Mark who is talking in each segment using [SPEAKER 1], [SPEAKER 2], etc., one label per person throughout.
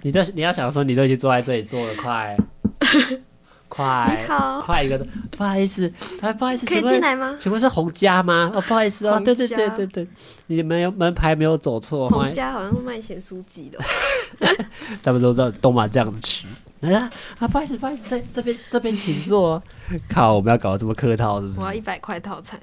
[SPEAKER 1] 你都你要想说，你都已经坐在这里坐了快快
[SPEAKER 2] 你好，
[SPEAKER 1] 快一个，不好意思，哎，不好意思，
[SPEAKER 2] 可以
[SPEAKER 1] 请
[SPEAKER 2] 进
[SPEAKER 1] 问
[SPEAKER 2] 来吗？
[SPEAKER 1] 请问是洪家吗？哦，不好意思哦，
[SPEAKER 2] 洪
[SPEAKER 1] 对对
[SPEAKER 2] 家
[SPEAKER 1] 对对对，你们有门牌没有走错，
[SPEAKER 2] 洪
[SPEAKER 1] 欢迎
[SPEAKER 2] 家好像是卖咸酥 鸡的，
[SPEAKER 1] 他们都在东马这样子去。哎呀啊，不好意思，不好意思，这这边这边请坐哦。靠，我们要搞得这么客套是不是
[SPEAKER 2] 我？要一百块套餐，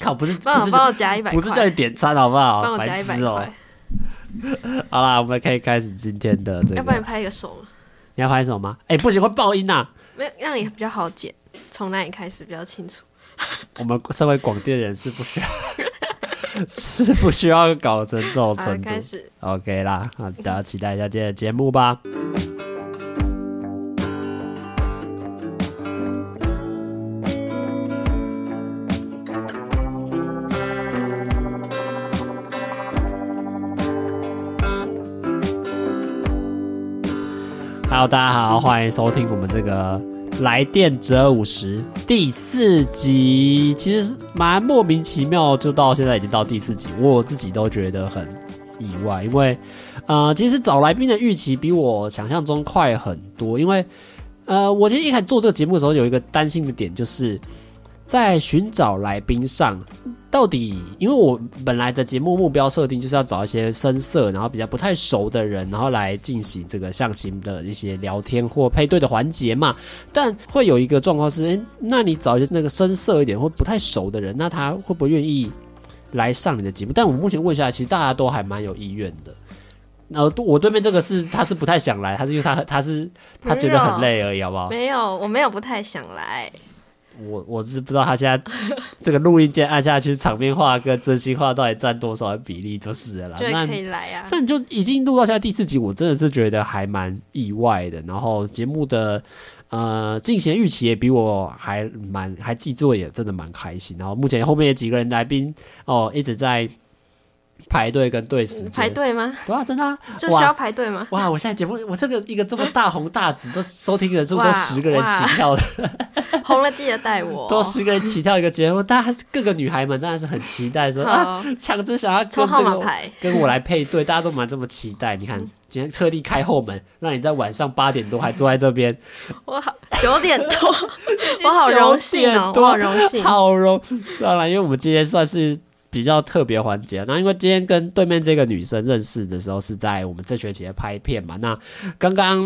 [SPEAKER 1] 靠，不是不
[SPEAKER 2] 帮我
[SPEAKER 1] 是
[SPEAKER 2] 帮我夹一百块，
[SPEAKER 1] 不是叫你点餐好不
[SPEAKER 2] 帮
[SPEAKER 1] 好？
[SPEAKER 2] 我夹
[SPEAKER 1] 白
[SPEAKER 2] 一百
[SPEAKER 1] 痴哦
[SPEAKER 2] 块。，
[SPEAKER 1] 好啦，我们可以开始今天的这
[SPEAKER 2] 要不然
[SPEAKER 1] 个。
[SPEAKER 2] 拍一个手嘛，
[SPEAKER 1] 你要拍什么吗？哎，不行，会爆音呐。
[SPEAKER 2] 没有让你比较好剪，从哪里开始比较清楚？
[SPEAKER 1] 我们身为广电人是不需要， 是不需要搞成这种
[SPEAKER 2] 好，
[SPEAKER 1] 程度
[SPEAKER 2] 开。始。
[SPEAKER 1] OK 啦，那大家期待一下今天的节目吧。Hello，大家好，欢迎收听我们这个《来电者五十》第四集。其实是蛮莫名其妙，就到现在已经到第四集，我自己都觉得很意外，因为呃，其实找来宾的预期比我想象中快很多。因为呃，我其实一开始做这个节目的时候，有一个担心的点，就是在寻找来宾上，到底因为我本来的节目目标设定就是要找一些深色，然后比较不太熟的人，然后来进行这个象棋的一些聊天或配对的环节嘛。但会有一个状况是，诶，那你找一些那个深色一点或不太熟的人，那他会不会愿意？来上你的节目，但我目前问下来，其实大家都还蛮有意愿的。然后我对面这个是他是不太想来，他是因为他他是他觉得很累而已，好不好？
[SPEAKER 2] 没有，我没有不太想来，
[SPEAKER 1] 我我是不知道他现 在这个录音键按下去，场面话跟真心话到底占多少的比例，就是了啦。
[SPEAKER 2] 就
[SPEAKER 1] 那
[SPEAKER 2] 是可以来啊。
[SPEAKER 1] 那你就已经录到现在第四集，我真的是觉得还蛮意外的。然后节目的呃进行预期也比我还蛮还自己做也真的蛮开心。然后目前后面有几个人来宾哦一直在排队跟对时间，
[SPEAKER 2] 排队吗？
[SPEAKER 1] 对啊，真的、啊、
[SPEAKER 2] 这
[SPEAKER 1] 哇
[SPEAKER 2] 需要排队吗？
[SPEAKER 1] 哇！我现在节目我这个一个这么大红大紫，都收听人数都
[SPEAKER 2] 哇
[SPEAKER 1] 十个人起跳的，
[SPEAKER 2] 红了记得带我。
[SPEAKER 1] 都十个人起跳一个节目，大家各个女孩们当然是很期待说啊，
[SPEAKER 2] 好，
[SPEAKER 1] 抢着想要跟
[SPEAKER 2] 抽号
[SPEAKER 1] 这
[SPEAKER 2] 码
[SPEAKER 1] 个
[SPEAKER 2] 牌，
[SPEAKER 1] 跟我来配对，大家都蛮这么期待。 你看，今天特地开后门，让你在晚上八点多还坐在这边，
[SPEAKER 2] 我好九点 多， 我好荣幸
[SPEAKER 1] 9
[SPEAKER 2] 哦
[SPEAKER 1] 点，
[SPEAKER 2] 我
[SPEAKER 1] 多
[SPEAKER 2] 好荣幸。
[SPEAKER 1] 好容。当然，因为我们今天算是比较特别环节，那因为今天跟对面这个女生认识的时候是在我们这学期的拍片嘛，那刚刚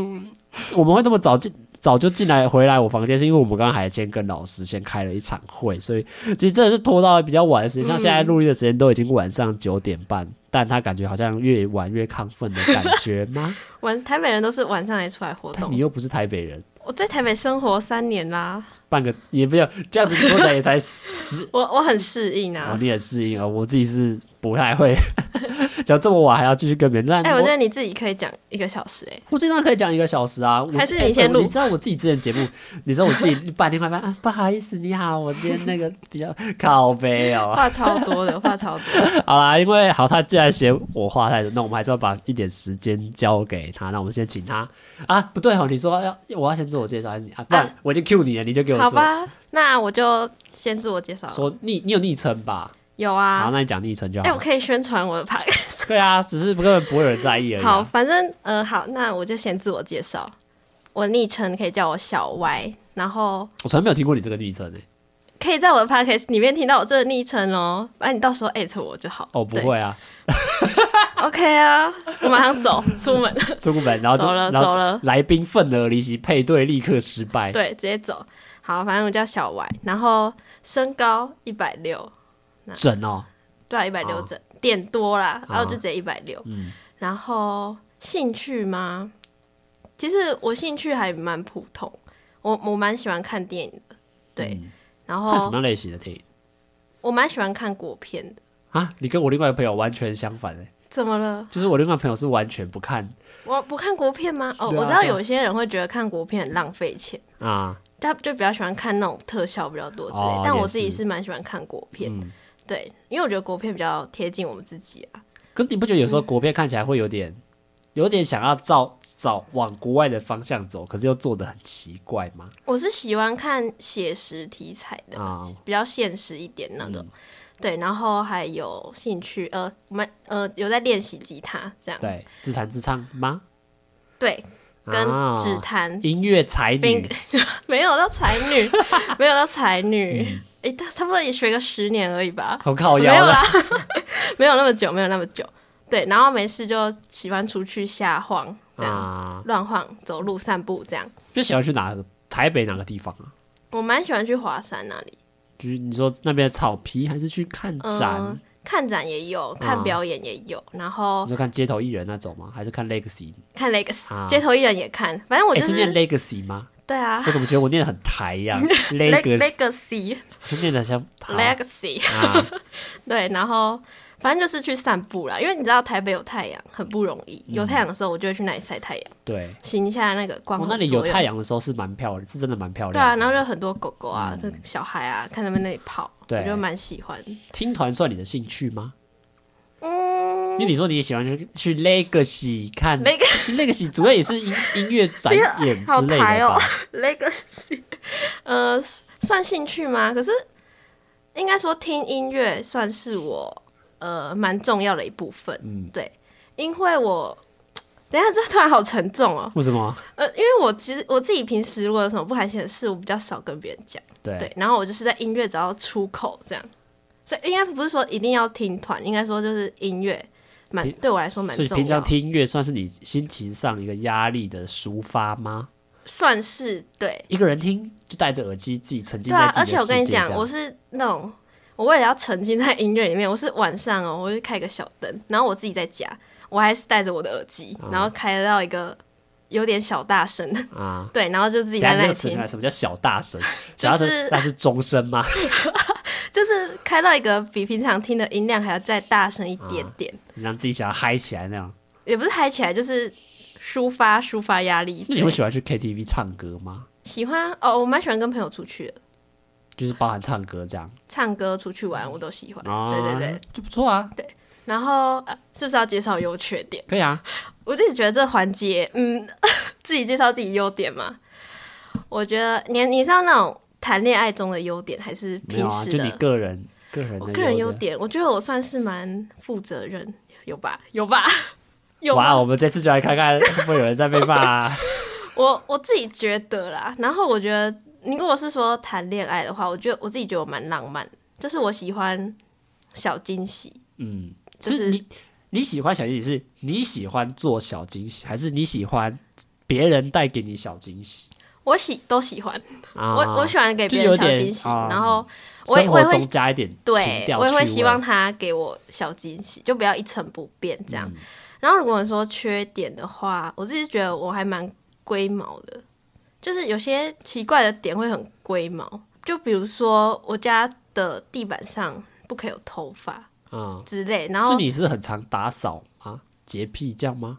[SPEAKER 1] 我们会那么早进。早就进来回来我房间，是因为我们刚刚还先跟老师先开了一场会，所以其实真的是拖到比较晚的时间。像现在录音的时间都已经晚上九点半，但他感觉好像越晚越亢奋的感觉吗？
[SPEAKER 2] 晚台北人都是晚上来出来活
[SPEAKER 1] 但
[SPEAKER 2] 动
[SPEAKER 1] 你。又不是台北人，
[SPEAKER 2] 我在台北生活三年啦，
[SPEAKER 1] 半个也没有这样子说起来也才十
[SPEAKER 2] 我我很适应
[SPEAKER 1] 然后
[SPEAKER 2] 啊。
[SPEAKER 1] 你也适应啊，我自己是不太会， 讲这么晚还要继续跟别人。
[SPEAKER 2] 哎、
[SPEAKER 1] 那
[SPEAKER 2] 我
[SPEAKER 1] 我
[SPEAKER 2] 觉得你自己可以讲一个小时、哎，
[SPEAKER 1] 我最多可以讲一个小时啊，我
[SPEAKER 2] 还是
[SPEAKER 1] 哎
[SPEAKER 2] 你先
[SPEAKER 1] 我
[SPEAKER 2] 录
[SPEAKER 1] 你知道我自己之前节目，你知道我自 己半天半半啊，不好意思，你好，我今天那个比较靠背哦。
[SPEAKER 2] 话超多的，话超多。
[SPEAKER 1] 好啦，因为好，他既然嫌我话太多，那我们还是要把一点时间交给他。那我们先请他啊，不对哦，你说要我要先自我介绍还是你啊？不然、我已经 Q 你了，你就给我
[SPEAKER 2] 好
[SPEAKER 1] 做。
[SPEAKER 2] 吧，那我就先自我介绍了。
[SPEAKER 1] 说昵，你有昵称吧？
[SPEAKER 2] 有
[SPEAKER 1] 好，
[SPEAKER 2] 啊，
[SPEAKER 1] 那你讲昵称就
[SPEAKER 2] 哎、
[SPEAKER 1] 好
[SPEAKER 2] 我
[SPEAKER 1] 了。
[SPEAKER 2] 可以宣传我的 p
[SPEAKER 1] 对啊，只是根本不会有人在意而已、啊。
[SPEAKER 2] 好，反正呃，好，那我就先自我介绍。我昵称可以叫我小歪，然后
[SPEAKER 1] 我从来没有听过你这个昵称欸诶。
[SPEAKER 2] 可以在我的 podcast 里面听到我这个昵称哦。那、你到时候艾特我就好。
[SPEAKER 1] 哦，不
[SPEAKER 2] 对
[SPEAKER 1] 会啊，
[SPEAKER 2] OK 啊，我马上走，出门，
[SPEAKER 1] 出门然后就
[SPEAKER 2] 走了
[SPEAKER 1] 然后
[SPEAKER 2] 走了
[SPEAKER 1] 来宾愤而离席，配对立刻失败。
[SPEAKER 2] 对，直接走。好，反正我叫小歪，然后身高一百六，
[SPEAKER 1] 整哦，
[SPEAKER 2] 对、啊，一百六
[SPEAKER 1] 哦
[SPEAKER 2] 整，点多啦，然后就
[SPEAKER 1] 哦
[SPEAKER 2] 直接一百六。
[SPEAKER 1] 嗯，
[SPEAKER 2] 然后兴趣吗？其实我兴趣还蛮普通，我我蛮喜欢看电影的，对。
[SPEAKER 1] 嗯
[SPEAKER 2] 然
[SPEAKER 1] 看什么
[SPEAKER 2] 后
[SPEAKER 1] 样类型的电影
[SPEAKER 2] 我蛮喜欢看国片的。
[SPEAKER 1] 啊？你跟我另外一个朋友完全相反诶，
[SPEAKER 2] 怎么了？
[SPEAKER 1] 就是我另外一个朋友是完全不看
[SPEAKER 2] 我不看国片吗？哦，
[SPEAKER 1] 是啊
[SPEAKER 2] 我知道
[SPEAKER 1] 对啊
[SPEAKER 2] 有些人会觉得看国片很浪费钱，
[SPEAKER 1] 啊，
[SPEAKER 2] 他就比较喜欢看那种特效比较多之类。
[SPEAKER 1] 哦
[SPEAKER 2] 但
[SPEAKER 1] 也
[SPEAKER 2] 我自己
[SPEAKER 1] 是
[SPEAKER 2] 是蛮喜欢看国片，
[SPEAKER 1] 嗯。
[SPEAKER 2] 对，因为我觉得国片比较贴近我们自己啊。
[SPEAKER 1] 可是你不觉得有时候国片看起来会有点，有点想要照照往国外的方向走，可是又做的很奇怪吗？
[SPEAKER 2] 我是喜欢看写实题材的，
[SPEAKER 1] 啊，嗯
[SPEAKER 2] 比较现实一点那种。对，然后还有兴趣，呃，我们呃有在练习吉他这样。
[SPEAKER 1] 对，自弹自唱吗？
[SPEAKER 2] 对，跟
[SPEAKER 1] 啊
[SPEAKER 2] 指弹
[SPEAKER 1] 音乐才
[SPEAKER 2] 并
[SPEAKER 1] 女，
[SPEAKER 2] 没有到才女，没有到才女，诶，但差不多也学个十年而已吧，
[SPEAKER 1] 好靠
[SPEAKER 2] 没
[SPEAKER 1] 嗯
[SPEAKER 2] 有
[SPEAKER 1] 哦腰了啊
[SPEAKER 2] 啦，没有那么久，没有那么久。对，然后没事就喜欢出去瞎晃，这样、
[SPEAKER 1] 啊！
[SPEAKER 2] 乱晃，走路散步这样。
[SPEAKER 1] 就喜欢去哪个台北哪个地方啊？
[SPEAKER 2] 我蛮喜欢去华山那里，
[SPEAKER 1] 就是你说那边的草皮，还是去看
[SPEAKER 2] 嗯、
[SPEAKER 1] 展？
[SPEAKER 2] 看展也有，
[SPEAKER 1] 啊
[SPEAKER 2] 看表演也有，然后
[SPEAKER 1] 你说看街头艺人那种吗？还是看 Legacy？
[SPEAKER 2] 看 Legacy，、
[SPEAKER 1] 啊
[SPEAKER 2] 街头艺人也看，反正我
[SPEAKER 1] 哎，
[SPEAKER 2] 就是
[SPEAKER 1] 念
[SPEAKER 2] 是
[SPEAKER 1] Legacy 吗？
[SPEAKER 2] 对啊
[SPEAKER 1] 我怎么觉得我念的很台 一样
[SPEAKER 2] Le-
[SPEAKER 1] ？Legacy
[SPEAKER 2] ，Legacy
[SPEAKER 1] 是念的像好
[SPEAKER 2] Legacy，
[SPEAKER 1] 啊，
[SPEAKER 2] 对，然后反正就是去散步啦，因为你知道台北有太阳很不容易，有太阳的时候我就会去那里晒太阳，
[SPEAKER 1] 对。
[SPEAKER 2] 行一下那个光
[SPEAKER 1] 我
[SPEAKER 2] 合
[SPEAKER 1] 哦那
[SPEAKER 2] 作
[SPEAKER 1] 里
[SPEAKER 2] 用。
[SPEAKER 1] 有太阳的时候是蛮漂亮，是真的蛮漂亮的。嗯
[SPEAKER 2] 哦对啊，然后就很多狗狗啊、跟小孩啊，看他们那里跑，
[SPEAKER 1] 对
[SPEAKER 2] 我就蛮喜欢。
[SPEAKER 1] 听团算你的兴趣吗？嗯，因为你说你也喜欢去去 Legacy 看
[SPEAKER 2] Leg-
[SPEAKER 1] Legacy，主要也是音音乐展演之类
[SPEAKER 2] 啊好台
[SPEAKER 1] 的吧
[SPEAKER 2] 哦？Legacy，呃，算兴趣吗？可是应该说听音乐算是我呃蛮重要的一部分。嗯，对，因为我等一下这突然好沉重哦。
[SPEAKER 1] 为什 么？
[SPEAKER 2] 呃，因为我其实我自己平时如果有什么不开心的事，我比较少跟别人讲。
[SPEAKER 1] 对，
[SPEAKER 2] 对，然后我就是在音乐找到出口这样。所以应该不是说一定要听团，应该说就是音乐蛮对我来说蛮
[SPEAKER 1] 所以
[SPEAKER 2] 重
[SPEAKER 1] 平
[SPEAKER 2] 要
[SPEAKER 1] 常
[SPEAKER 2] 的，
[SPEAKER 1] 听音乐算是你心情上一个压力的抒发吗？
[SPEAKER 2] 算是对。
[SPEAKER 1] 一个人听就戴着耳机自己沉浸在
[SPEAKER 2] 对啊，而
[SPEAKER 1] 自己
[SPEAKER 2] 且
[SPEAKER 1] 的世
[SPEAKER 2] 我
[SPEAKER 1] 界
[SPEAKER 2] 跟你
[SPEAKER 1] 这样
[SPEAKER 2] 讲，我是那种，我为了要沉浸在音乐里面，我是晚上哦，我就开个小灯，然后我自己在家，我还是戴着我的耳机，然后开到一个有点小大声，
[SPEAKER 1] 啊。
[SPEAKER 2] 对，然后就自己
[SPEAKER 1] 等下
[SPEAKER 2] 在
[SPEAKER 1] 这
[SPEAKER 2] 那里
[SPEAKER 1] 个词
[SPEAKER 2] 听
[SPEAKER 1] 出来，，什么叫小大 声？
[SPEAKER 2] 就
[SPEAKER 1] 小大声
[SPEAKER 2] 是
[SPEAKER 1] 那是钟声吗？
[SPEAKER 2] 就是开到一个比平常听的音量还要再大声一点点，
[SPEAKER 1] 你让自己想要嗨起来那样。
[SPEAKER 2] 也不是嗨起来，就是抒发抒发压力。
[SPEAKER 1] 那你会喜欢去 KTV 唱歌吗？
[SPEAKER 2] 喜欢哦，我蛮喜欢跟朋友出去的，
[SPEAKER 1] 就是包含唱歌这样
[SPEAKER 2] 唱歌、出去玩我都喜欢。
[SPEAKER 1] 啊？
[SPEAKER 2] 对对对，，
[SPEAKER 1] 就不错啊，
[SPEAKER 2] 然后、呃是不是要介绍优缺点？
[SPEAKER 1] 可以啊。
[SPEAKER 2] 我自己觉得这环节，嗯， 自己介绍自己优点嘛。我觉得你你知道那种谈恋爱中的优点，还是
[SPEAKER 1] 没有
[SPEAKER 2] 平
[SPEAKER 1] 啊，
[SPEAKER 2] 时
[SPEAKER 1] 就
[SPEAKER 2] 的？
[SPEAKER 1] 你个人个人
[SPEAKER 2] 我
[SPEAKER 1] 的
[SPEAKER 2] 个人优
[SPEAKER 1] 点。
[SPEAKER 2] 点，我觉得我算是蛮负责任，有吧？有吧？ 有啊
[SPEAKER 1] 哇，哦
[SPEAKER 2] 吧？
[SPEAKER 1] 我们这次就来看看 会不会有人在被骂、啊。
[SPEAKER 2] 我我自己觉得啦。然后我觉得，你如果是说谈恋爱的话，我觉得我自己觉得我蛮浪漫，就是我喜欢小惊喜，
[SPEAKER 1] 嗯，
[SPEAKER 2] 就是
[SPEAKER 1] 你你喜欢小惊喜，是你喜欢做小惊喜，还是你喜欢别人带给你小惊喜
[SPEAKER 2] 我喜都喜欢，
[SPEAKER 1] 啊？
[SPEAKER 2] 我我喜欢给别人
[SPEAKER 1] 就有
[SPEAKER 2] 小
[SPEAKER 1] 点
[SPEAKER 2] 惊喜，
[SPEAKER 1] 啊
[SPEAKER 2] 然后我也
[SPEAKER 1] 生
[SPEAKER 2] 我
[SPEAKER 1] 活
[SPEAKER 2] 也会
[SPEAKER 1] 中加一点情
[SPEAKER 2] 对，
[SPEAKER 1] 调
[SPEAKER 2] 我也会
[SPEAKER 1] 趣味
[SPEAKER 2] 希望他给我小惊喜，就不要一成不变这
[SPEAKER 1] 嗯
[SPEAKER 2] 样。然后如果说缺点的话，我自己觉得我还蛮龟毛的，就是有些奇怪的点会很龟毛，就比如说我家的地板上不可以有头发
[SPEAKER 1] 啊。
[SPEAKER 2] 之类，然
[SPEAKER 1] 那、
[SPEAKER 2] 后
[SPEAKER 1] 你是很常打扫吗？洁癖这样吗？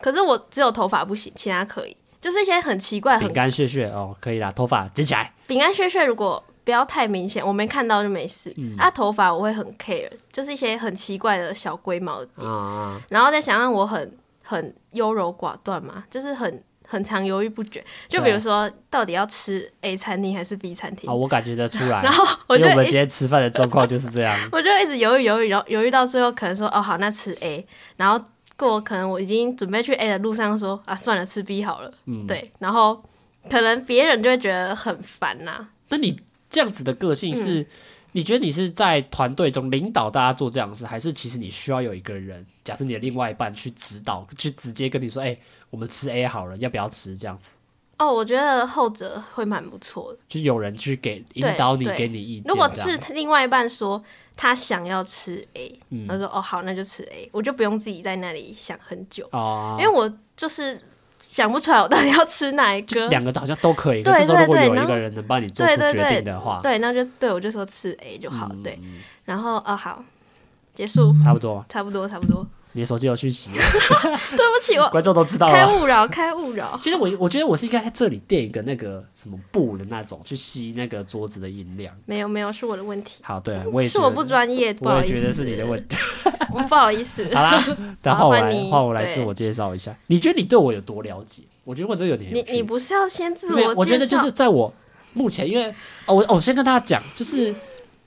[SPEAKER 2] 可是我只有头发不行，其他可以，就是一些很奇怪很
[SPEAKER 1] 饼干屑屑哦，可以啦，头发捡起来。
[SPEAKER 2] 饼干屑屑如果不要太明显，我没看到就没事。
[SPEAKER 1] 嗯
[SPEAKER 2] 啊，头发我会很 care，就是一些很奇怪的小龟毛的点，
[SPEAKER 1] 啊
[SPEAKER 2] 然后再想让我很很优柔寡断嘛，就是很很常犹豫不决。就比如说，到底要吃 A 餐厅还是 B 餐厅
[SPEAKER 1] 啊，，我感觉得出来。
[SPEAKER 2] 然后我
[SPEAKER 1] 因
[SPEAKER 2] 就
[SPEAKER 1] 为我们
[SPEAKER 2] 一。
[SPEAKER 1] 今天吃饭的状况就是这样
[SPEAKER 2] 我就一直犹豫犹豫，然后犹豫到最后可能说哦好，那吃 A，然后过可能我已经准备去 A 的路上说啊算了吃 B 好了，
[SPEAKER 1] 嗯
[SPEAKER 2] 对，然后可能别人就会觉得很烦呐、
[SPEAKER 1] 那你这样子的个性是，
[SPEAKER 2] 嗯
[SPEAKER 1] 你觉得你是在团队中领导大家做这样的事，还是其实你需要有一个人，假设你的另外一半去指导，去直接跟你说，哎、我们吃 A 好了，要不要吃？这样子，
[SPEAKER 2] 哦，我觉得后者会蛮不错的。
[SPEAKER 1] 就有人去给引导你，
[SPEAKER 2] 对
[SPEAKER 1] 给你意见。
[SPEAKER 2] 如果
[SPEAKER 1] 这样
[SPEAKER 2] 是另外一半说他想要吃 A，、他
[SPEAKER 1] 嗯
[SPEAKER 2] 说哦好，那就吃 A，我就不用自己在那里想很久，
[SPEAKER 1] 哦
[SPEAKER 2] 因，为我就是想不出来我到底要吃哪一个。
[SPEAKER 1] 两个好像都可以。
[SPEAKER 2] 对
[SPEAKER 1] 可是这时候如果
[SPEAKER 2] 对对
[SPEAKER 1] 有一
[SPEAKER 2] 然后
[SPEAKER 1] 个人能帮你做出
[SPEAKER 2] 对对
[SPEAKER 1] 决
[SPEAKER 2] 对
[SPEAKER 1] 定的话，
[SPEAKER 2] 对，那就对我就说吃 A 就好。对，
[SPEAKER 1] 嗯
[SPEAKER 2] 然后哦好，结束，
[SPEAKER 1] 差不多。
[SPEAKER 2] 差不多差不多。
[SPEAKER 1] 你的手机有讯息，
[SPEAKER 2] 对不 起，我
[SPEAKER 1] 观众都知道
[SPEAKER 2] 开
[SPEAKER 1] 了。
[SPEAKER 2] 勿扰，开勿扰。
[SPEAKER 1] 其实我我觉得我是应该在这里垫一个那个什么布的那种，去吸那个桌子的音量。
[SPEAKER 2] 没有没有，是我的问题，
[SPEAKER 1] 好，对啊我也
[SPEAKER 2] 嗯是
[SPEAKER 1] 觉
[SPEAKER 2] 我
[SPEAKER 1] 得
[SPEAKER 2] 不专业，不
[SPEAKER 1] 我
[SPEAKER 2] 好
[SPEAKER 1] 也
[SPEAKER 2] 意
[SPEAKER 1] 觉
[SPEAKER 2] 思，
[SPEAKER 1] 得是你的问题。
[SPEAKER 2] 我不好意思。
[SPEAKER 1] 好 啦，等换我
[SPEAKER 2] 换
[SPEAKER 1] 来
[SPEAKER 2] 你
[SPEAKER 1] 换我来
[SPEAKER 2] 对
[SPEAKER 1] 自我介绍一下。你觉得你对我有多了解？我觉得问这个有点有
[SPEAKER 2] 你你
[SPEAKER 1] 趣。
[SPEAKER 2] 不是要先自
[SPEAKER 1] 没有
[SPEAKER 2] 我
[SPEAKER 1] 我觉得
[SPEAKER 2] 介
[SPEAKER 1] 就
[SPEAKER 2] 绍
[SPEAKER 1] 是在我目前，因为哦，我哦我先跟大家讲，就是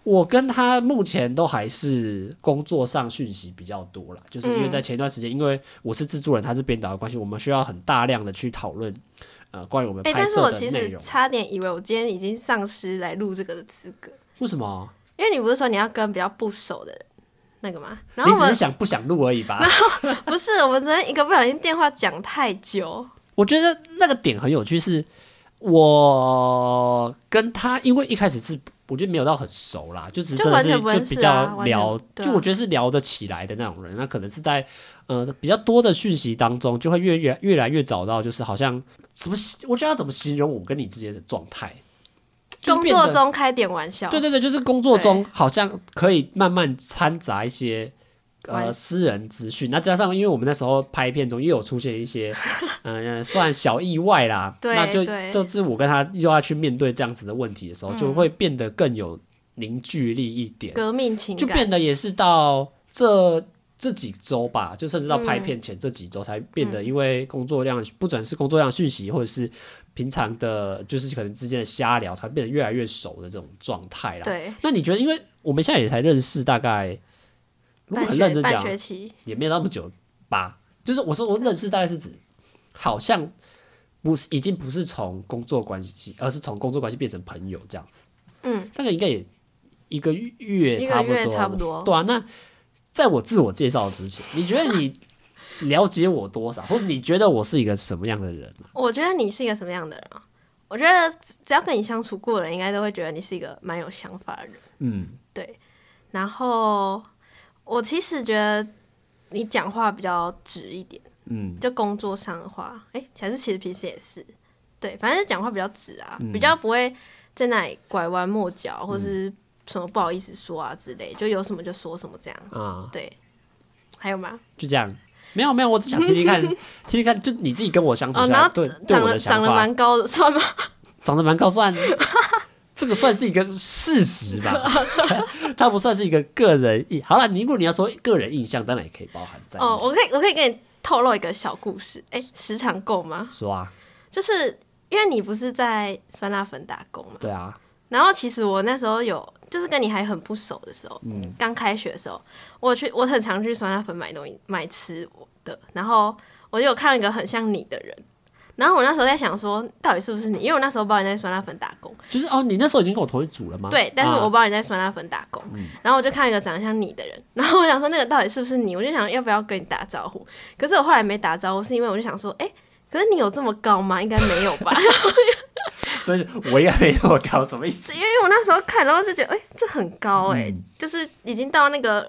[SPEAKER 1] 我跟他目前都还是工作上讯息比较多啦，就是
[SPEAKER 2] 嗯
[SPEAKER 1] 因为在前一段时间，因为我是制作人，他是编导的关系，我们需要很大量的去讨论呃关于我们
[SPEAKER 2] 哎、
[SPEAKER 1] 拍
[SPEAKER 2] 但是
[SPEAKER 1] 摄
[SPEAKER 2] 我
[SPEAKER 1] 的
[SPEAKER 2] 其
[SPEAKER 1] 内
[SPEAKER 2] 实
[SPEAKER 1] 容。
[SPEAKER 2] 差点以为我今天已经丧失来录这个的资格，
[SPEAKER 1] 为什么？
[SPEAKER 2] 因为你不是说你要跟比较不熟的人那个吗？然
[SPEAKER 1] 你
[SPEAKER 2] 后我
[SPEAKER 1] 只是
[SPEAKER 2] 们
[SPEAKER 1] 想不想录而已吧？
[SPEAKER 2] 不是我们昨天一个不小心电话讲太久，
[SPEAKER 1] 我觉得那个点很有趣是，我跟他因为一开始是我觉得没有到很熟啦，就只是
[SPEAKER 2] 就
[SPEAKER 1] 真的
[SPEAKER 2] 完
[SPEAKER 1] 是
[SPEAKER 2] 全不认
[SPEAKER 1] 比
[SPEAKER 2] 识啊
[SPEAKER 1] 较
[SPEAKER 2] 完全
[SPEAKER 1] 聊，
[SPEAKER 2] 对啊
[SPEAKER 1] 就我觉得是聊得起来的那种人。那可能是在呃比较多的讯息当中，就会越越越来越找到，就是好像什么，我觉得要怎么形容我跟你之间的状态，就是
[SPEAKER 2] 工
[SPEAKER 1] 变
[SPEAKER 2] 作
[SPEAKER 1] 得。
[SPEAKER 2] 中开点玩笑，
[SPEAKER 1] 对对对，就是工作中好像可以慢慢掺杂一些呃
[SPEAKER 2] 关
[SPEAKER 1] 私人资讯，那加上因为我们那时候拍片中也有出现一 些嗯、呃算小意外啦，
[SPEAKER 2] 对
[SPEAKER 1] 那就
[SPEAKER 2] 对嗯
[SPEAKER 1] 就是我跟他又要去面对这样子的问题的时候，就会变得更有凝聚力一点，
[SPEAKER 2] 革命情
[SPEAKER 1] 就
[SPEAKER 2] 感，
[SPEAKER 1] 变得也是到这。这几周吧，就甚至到拍片前这几周才变
[SPEAKER 2] 嗯
[SPEAKER 1] 得，因为工作量，不管是工作量讯息，或者是平常的，就是可能之间的瞎聊，才变得越来越熟的这种状态啦。
[SPEAKER 2] 对，
[SPEAKER 1] 那你觉得，因为我们现在也才认识大概，如果
[SPEAKER 2] 半
[SPEAKER 1] 很认
[SPEAKER 2] 学
[SPEAKER 1] 真
[SPEAKER 2] 半
[SPEAKER 1] 讲，
[SPEAKER 2] 学期，
[SPEAKER 1] 也没有那么久吧。就是我说我认识大概是指，好像不是已经不是从工作关系，而是从工作关系变成朋友这样子。
[SPEAKER 2] 嗯，
[SPEAKER 1] 大概应该也一个月
[SPEAKER 2] 一
[SPEAKER 1] 差
[SPEAKER 2] 个
[SPEAKER 1] 不多，
[SPEAKER 2] 月差不多
[SPEAKER 1] 对啊，那在我自我介绍之前，你觉得你了解我多少，或者你觉得我是一个什么样的人啊？
[SPEAKER 2] 我觉得你是一个什么样的人啊？我觉得只只要跟你相处过的人，应该都会觉得你是一个蛮有想法的人。
[SPEAKER 1] 嗯，
[SPEAKER 2] 对，然后我其实觉得你讲话比较直一点，
[SPEAKER 1] 嗯，
[SPEAKER 2] 就工作上的话，哎、还是其实平时也是，对，反正就讲话比较直啊，
[SPEAKER 1] 嗯
[SPEAKER 2] 比较不会在那里拐弯抹角或
[SPEAKER 1] 嗯
[SPEAKER 2] 是什么不好意思说啊之类，就有什么就说什么这样。
[SPEAKER 1] 啊、
[SPEAKER 2] 对，还有吗？
[SPEAKER 1] 就这样。没有没有，我只想听听 看，听听看，就你自己跟我相处
[SPEAKER 2] 哦，
[SPEAKER 1] 下
[SPEAKER 2] 然
[SPEAKER 1] 来，
[SPEAKER 2] 后
[SPEAKER 1] 对对
[SPEAKER 2] 长
[SPEAKER 1] 我
[SPEAKER 2] 得
[SPEAKER 1] 的想
[SPEAKER 2] 长得
[SPEAKER 1] 法，
[SPEAKER 2] 蛮高的，算吗？
[SPEAKER 1] 长得蛮高， 算这个算是一个事实吧， 它不算是一个个人印。好了，你如果你要说个人印象，当然也可以包含在内，
[SPEAKER 2] 哦，我可以，我可以给你透露一个小故事。哎、时长够吗？
[SPEAKER 1] 是吧？
[SPEAKER 2] 就是因为你不是在酸辣粉打工嘛，
[SPEAKER 1] 对啊，
[SPEAKER 2] 然后其实我那时候有，就是跟你还很不熟的时候，刚、开学的时候，我去我很常去酸辣粉买东西买吃的，然后我就有看到一个很像你的人。然后我那时候在想说，到底是不是你？因为我那时候不知道你在酸辣粉打工，
[SPEAKER 1] 就是哦，你那时候已经跟我同一组了吗？
[SPEAKER 2] 对，但是我不
[SPEAKER 1] 啊
[SPEAKER 2] 知道你在酸辣粉打工。然后我就看到一个长得像你的人， 然后我想说那个到底是不是你？我就想要不要跟你打招呼。可是我后来没打招呼，是因为我就想说，哎、可是你有这么高吗？应该没有吧？
[SPEAKER 1] 所以我也没那么高，什么意 思？
[SPEAKER 2] 因为我那时候看，然后就觉得，哎、这很高哎、就是已经到那个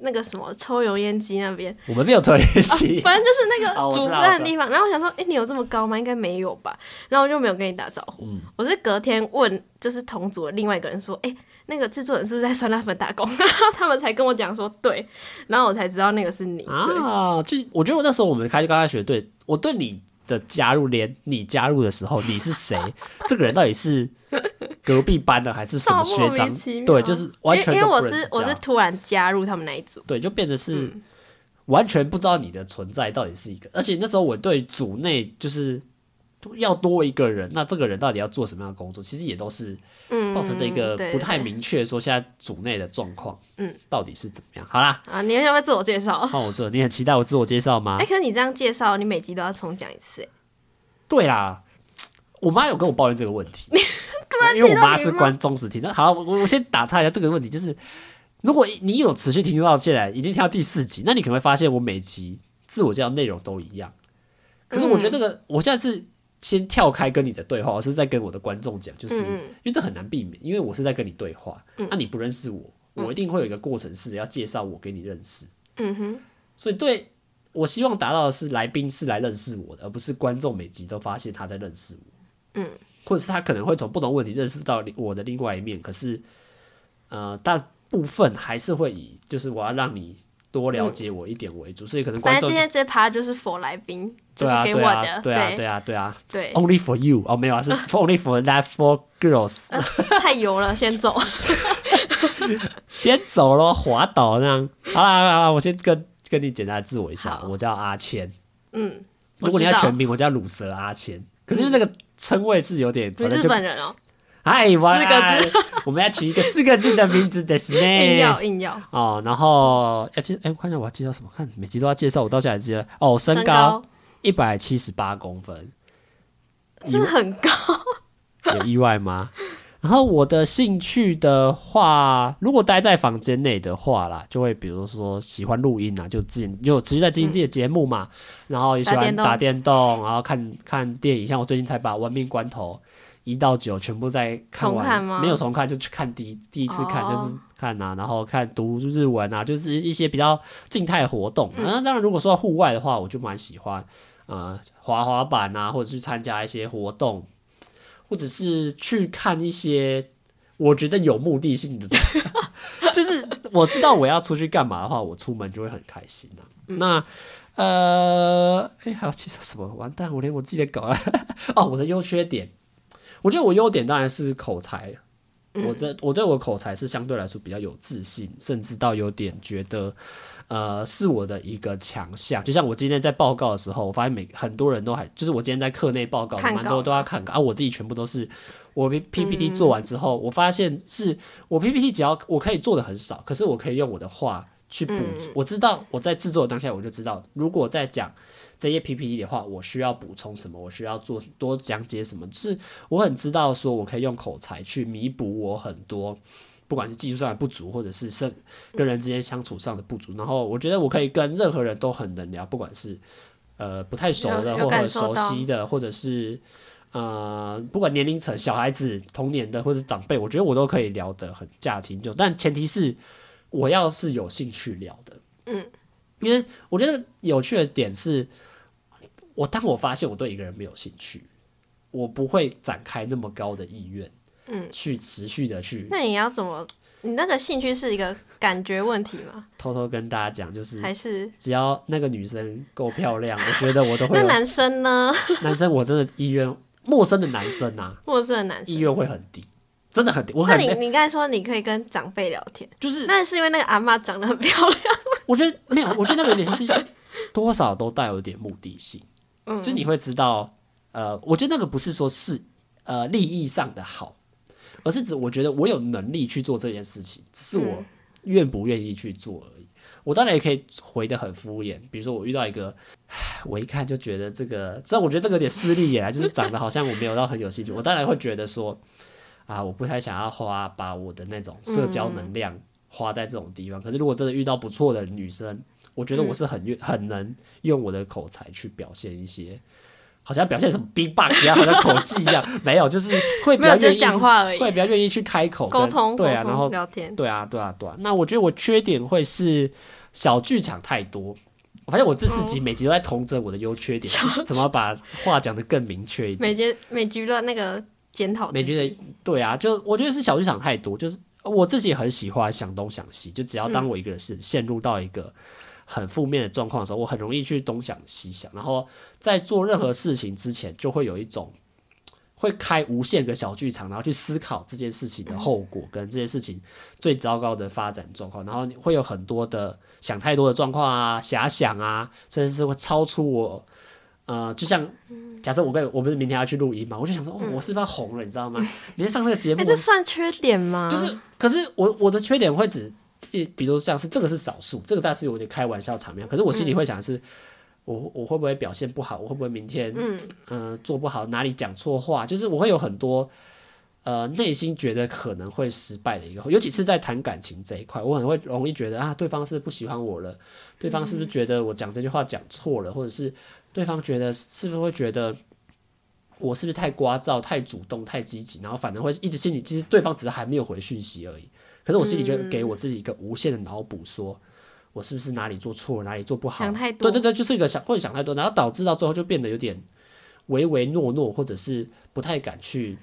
[SPEAKER 2] 那个什么抽油烟机那边，
[SPEAKER 1] 我们没有凑一起，
[SPEAKER 2] 反正就是那
[SPEAKER 1] 哦我
[SPEAKER 2] 个
[SPEAKER 1] 知道
[SPEAKER 2] 煮饭的地方。然后我想说，哎、你有这么高吗？应该没有吧。然后我就没有跟你打招呼。
[SPEAKER 1] 嗯
[SPEAKER 2] 我是隔天问，就是同组的另外一个人说，哎、那个制作人是不是在酸辣粉打工？ 然后他们才跟我讲说对，然后我才知道那个是你。 对，
[SPEAKER 1] 啊，就是我觉得我那时候我们开刚开学，对我对你的加入，连你加入的时候你是谁， 这个人到底是隔壁班的还是什么
[SPEAKER 2] 超莫
[SPEAKER 1] 学
[SPEAKER 2] 名
[SPEAKER 1] 长
[SPEAKER 2] 其？妙
[SPEAKER 1] 对，就是完
[SPEAKER 2] 因为
[SPEAKER 1] 全
[SPEAKER 2] 因为
[SPEAKER 1] 都
[SPEAKER 2] 我
[SPEAKER 1] 不认识
[SPEAKER 2] 是我
[SPEAKER 1] 这
[SPEAKER 2] 是
[SPEAKER 1] 样
[SPEAKER 2] 突然加入他们那一组，
[SPEAKER 1] 对，就变得是
[SPEAKER 2] 嗯
[SPEAKER 1] 完全不知道你的存在到底是一个，而且那时候我对组内就是要多一个人，那这个人到底要做什么样的工作，其实也都是
[SPEAKER 2] 嗯，
[SPEAKER 1] 保持这个
[SPEAKER 2] 对
[SPEAKER 1] 不太
[SPEAKER 2] 对
[SPEAKER 1] 明确，说现在组内的状况，
[SPEAKER 2] 嗯，
[SPEAKER 1] 到底是怎么样。好啦，
[SPEAKER 2] 啊。你要不要自我介绍？
[SPEAKER 1] 换我这，你很期待我自我介绍吗
[SPEAKER 2] 哎、？可是你这样介绍，你每集都要重讲一次、哎，
[SPEAKER 1] 对啦，我妈有跟我抱怨这个问 题，因为我妈是观忠实听众。好，我我先打岔一下这个问题，就是如果你有持续听到现在，已经听到第四集，那你可能会发现我每集自我介绍内容都一样。可是我觉得
[SPEAKER 2] 嗯
[SPEAKER 1] 这个，我现在是先跳开跟你的对话，我是在跟我的观众讲，就是
[SPEAKER 2] 嗯
[SPEAKER 1] 因为这很难避免，因为我是在跟你对话，那、你不认识我，我一定会有一个过程是要介绍我给你认识。
[SPEAKER 2] 嗯哼，
[SPEAKER 1] 所以对我希望达到的是，来宾是来认识我的，而不是观众每集都发现他在认识我。
[SPEAKER 2] 嗯，
[SPEAKER 1] 或者是他可能会从不同问题认识到另我的另外一面，可是呃，大部分还是会以就是我要让你多了解我一点为主，所以可能观
[SPEAKER 2] 嗯反正
[SPEAKER 1] 众
[SPEAKER 2] 今天这趴就是否来宾，就
[SPEAKER 1] 对
[SPEAKER 2] 是
[SPEAKER 1] 啊
[SPEAKER 2] 给
[SPEAKER 1] 对
[SPEAKER 2] 我
[SPEAKER 1] 啊
[SPEAKER 2] 的，
[SPEAKER 1] 对啊对啊对啊
[SPEAKER 2] 对
[SPEAKER 1] ，Only for you 哦没有啊 是 Only for that for girls，
[SPEAKER 2] 嗯太油了，先走。
[SPEAKER 1] 先走咯，滑倒那样。好啦好啦好啦，我先跟跟你简单地自我一下，
[SPEAKER 2] 好
[SPEAKER 1] 我叫阿谦。
[SPEAKER 2] 嗯，
[SPEAKER 1] 如果你
[SPEAKER 2] 我知
[SPEAKER 1] 要
[SPEAKER 2] 道
[SPEAKER 1] 全名，我叫鲁蛇阿谦。可是因为那个称谓是有点，
[SPEAKER 2] 你
[SPEAKER 1] 反正
[SPEAKER 2] 日
[SPEAKER 1] 就
[SPEAKER 2] 本人哦、
[SPEAKER 1] 嗨，晚安
[SPEAKER 2] 四，
[SPEAKER 1] 我们要取一个四个字的名字的 s
[SPEAKER 2] 硬
[SPEAKER 1] n
[SPEAKER 2] 要硬要，
[SPEAKER 1] 哦，然后要介，哎、我看一下我要介绍什么？看每集都要介绍，我到现在还记得哦，身
[SPEAKER 2] 身
[SPEAKER 1] 高一百七十八公分，
[SPEAKER 2] 真的很高，
[SPEAKER 1] 有意外吗？然后我的兴趣的话，如果待在房间内的话啦，就会比如说喜欢录音啊，就自己就持续在经营自己的节目嘛，然后也喜
[SPEAKER 2] 打
[SPEAKER 1] 欢
[SPEAKER 2] 电动
[SPEAKER 1] 打电动，然后看看电影，像我最近才把《玩命关头》一到九全部在看完，
[SPEAKER 2] 重看吗
[SPEAKER 1] 没有重看，就去看第一第一次看、
[SPEAKER 2] 哦
[SPEAKER 1] 就是看啊，然后看读日文啊，就是一些比较静态活动。啊那、当然，如果说户外的话，我就蛮喜欢呃滑滑板啊，或者去参加一些活动，或者是去看一些我觉得有目的性的， 就是我知道我要出去干嘛的话，我出门就会很开心啊。那呃，哎，还要介绍什么？完蛋，我连我自己的稿啊，哦，我的优缺点，我觉得我优点当然是口才。
[SPEAKER 2] 嗯
[SPEAKER 1] 我这我对我口才是相对来说比较有自信，甚至到有点觉得，呃，是我的一个强项。就像我今天在报告的时候，我发现每很多人都还，就是我今天在课内报告，
[SPEAKER 2] 看
[SPEAKER 1] 蛮
[SPEAKER 2] 稿嗯
[SPEAKER 1] 多都要看稿啊，我自己全部都是我 P- PPT 做完之后，我发现是我 PPT 只要我可以做的很少，可是我可以用我的话去补
[SPEAKER 2] 嗯
[SPEAKER 1] 足。我知道我在制作的当下，我就知道，如果在讲这些 PPT 的话，我需要补充什么，我需要做多讲解什么，就是我很知道说我可以用口才去弥补我很多。不管是技术上的不足，或者是生跟人之间相处上的不足，然后我觉得我可以跟任何人都很能聊，不管是呃不太熟的
[SPEAKER 2] 有有
[SPEAKER 1] 或很
[SPEAKER 2] 感受
[SPEAKER 1] 熟
[SPEAKER 2] 到
[SPEAKER 1] 悉的，或者是呃不管年龄层、小孩子、童年的或是长辈，我觉得我都可以聊得很驾轻就，但前提是我要是有兴趣聊的，嗯，因为我觉得有趣的点是，我当我发现我对一个人没有兴趣，我不会展开那么高的意愿，嗯，去持续的去
[SPEAKER 2] 那你要怎么？你那个兴趣是一个感觉问题吗？
[SPEAKER 1] 偷偷跟大家讲，就是
[SPEAKER 2] 还是
[SPEAKER 1] 只要那个女生够漂 亮，我觉得我都会啊
[SPEAKER 2] 那
[SPEAKER 1] 有。
[SPEAKER 2] 男生呢？
[SPEAKER 1] 男生我真的意愿，陌生的男生啊，
[SPEAKER 2] 陌生的男
[SPEAKER 1] 意
[SPEAKER 2] 生？
[SPEAKER 1] 愿会很低，真的很低。我
[SPEAKER 2] 那
[SPEAKER 1] 很
[SPEAKER 2] 你你刚才说你可以跟长辈聊天，
[SPEAKER 1] 就是，
[SPEAKER 2] 那是因为那个阿妈长得很漂 亮，
[SPEAKER 1] 我觉得没有，我觉得那个有点像是多少都带有一点目的性，嗯，就你会知道，呃，我觉得那个不是说是呃利益上的好，而是指我觉得我有能力去做这件事情，只是
[SPEAKER 2] 嗯
[SPEAKER 1] 我愿不愿意去做而已。我当然也可以回的很敷衍，比如说我遇到一个， 唉我一看就觉得这个，虽然我觉得这个有点势利眼啊，就是长得好像我没有到很有兴
[SPEAKER 2] 嗯
[SPEAKER 1] 趣，我当然会觉得说，啊，我不太想要花把我的那种社交能量
[SPEAKER 2] 嗯
[SPEAKER 1] 花在这种地方。可是如果真的遇到不错的女生，我觉得
[SPEAKER 2] 嗯
[SPEAKER 1] 我是很愿、很能用我的口才去表现一些。好像表现什么冰棒一样，好像口技一样，没有，就是会比
[SPEAKER 2] 没
[SPEAKER 1] 较愿
[SPEAKER 2] 有就
[SPEAKER 1] 意
[SPEAKER 2] 是讲话而已，
[SPEAKER 1] 会比较愿意去开口跟
[SPEAKER 2] 沟通沟
[SPEAKER 1] 对啊，然后
[SPEAKER 2] 通聊天。
[SPEAKER 1] 对啊，对啊，对啊。那我觉得我缺点会是小剧场太多。我发现我这四
[SPEAKER 2] 哦
[SPEAKER 1] 集每集都在同着我的优缺点，怎么把话讲得更明确一点？
[SPEAKER 2] 美节美局的那个检讨自
[SPEAKER 1] 美
[SPEAKER 2] 己，
[SPEAKER 1] 剧的对啊，就我觉得是小剧场太多，就是呃我自己也很喜欢想东想西，就只要当我一个人是陷入到一个很负面的状况的时候，我很容易去东想西想，然后在做任何事情之前，就会有一种会开无限个小剧场，然后去思考这件事情的后果跟这件事情最糟糕的发展状况，然后你会有很多的想太多的状况啊、遐想啊，甚至是会超出我。呃，就像假设我跟我不是明天要去录音嘛，我就想说，哦，我是不是要红了？你知道吗？明天上这个节目
[SPEAKER 2] 哎，，这算缺点吗？
[SPEAKER 1] 就是，可是我我的缺点会只，一比如像是这个是少数，这个但是有点开玩笑场面，可是我心里会想的是，我我会不会表现不好？我会不会明天嗯、呃做不好？哪里讲错话？就是我会有很多呃内心觉得可能会失败的一个，尤其是在谈感情这一块，我很会容易觉得啊，对方是不是不喜欢我了，对方是不是觉得我讲这句话讲错了，或者是对方觉得是不是会觉得。我是不是太聒噪、太主动、太积极，然后反而会一直心里其实对方只是还没有回讯息而已，可是我心里就给我自己一个无限的脑补，说我是不是哪里做错了，哪里做不好，
[SPEAKER 2] 想太多
[SPEAKER 1] 对对对，就是一个想会想太多，然后导致到最后就变得有点唯唯诺诺，或者是不太敢去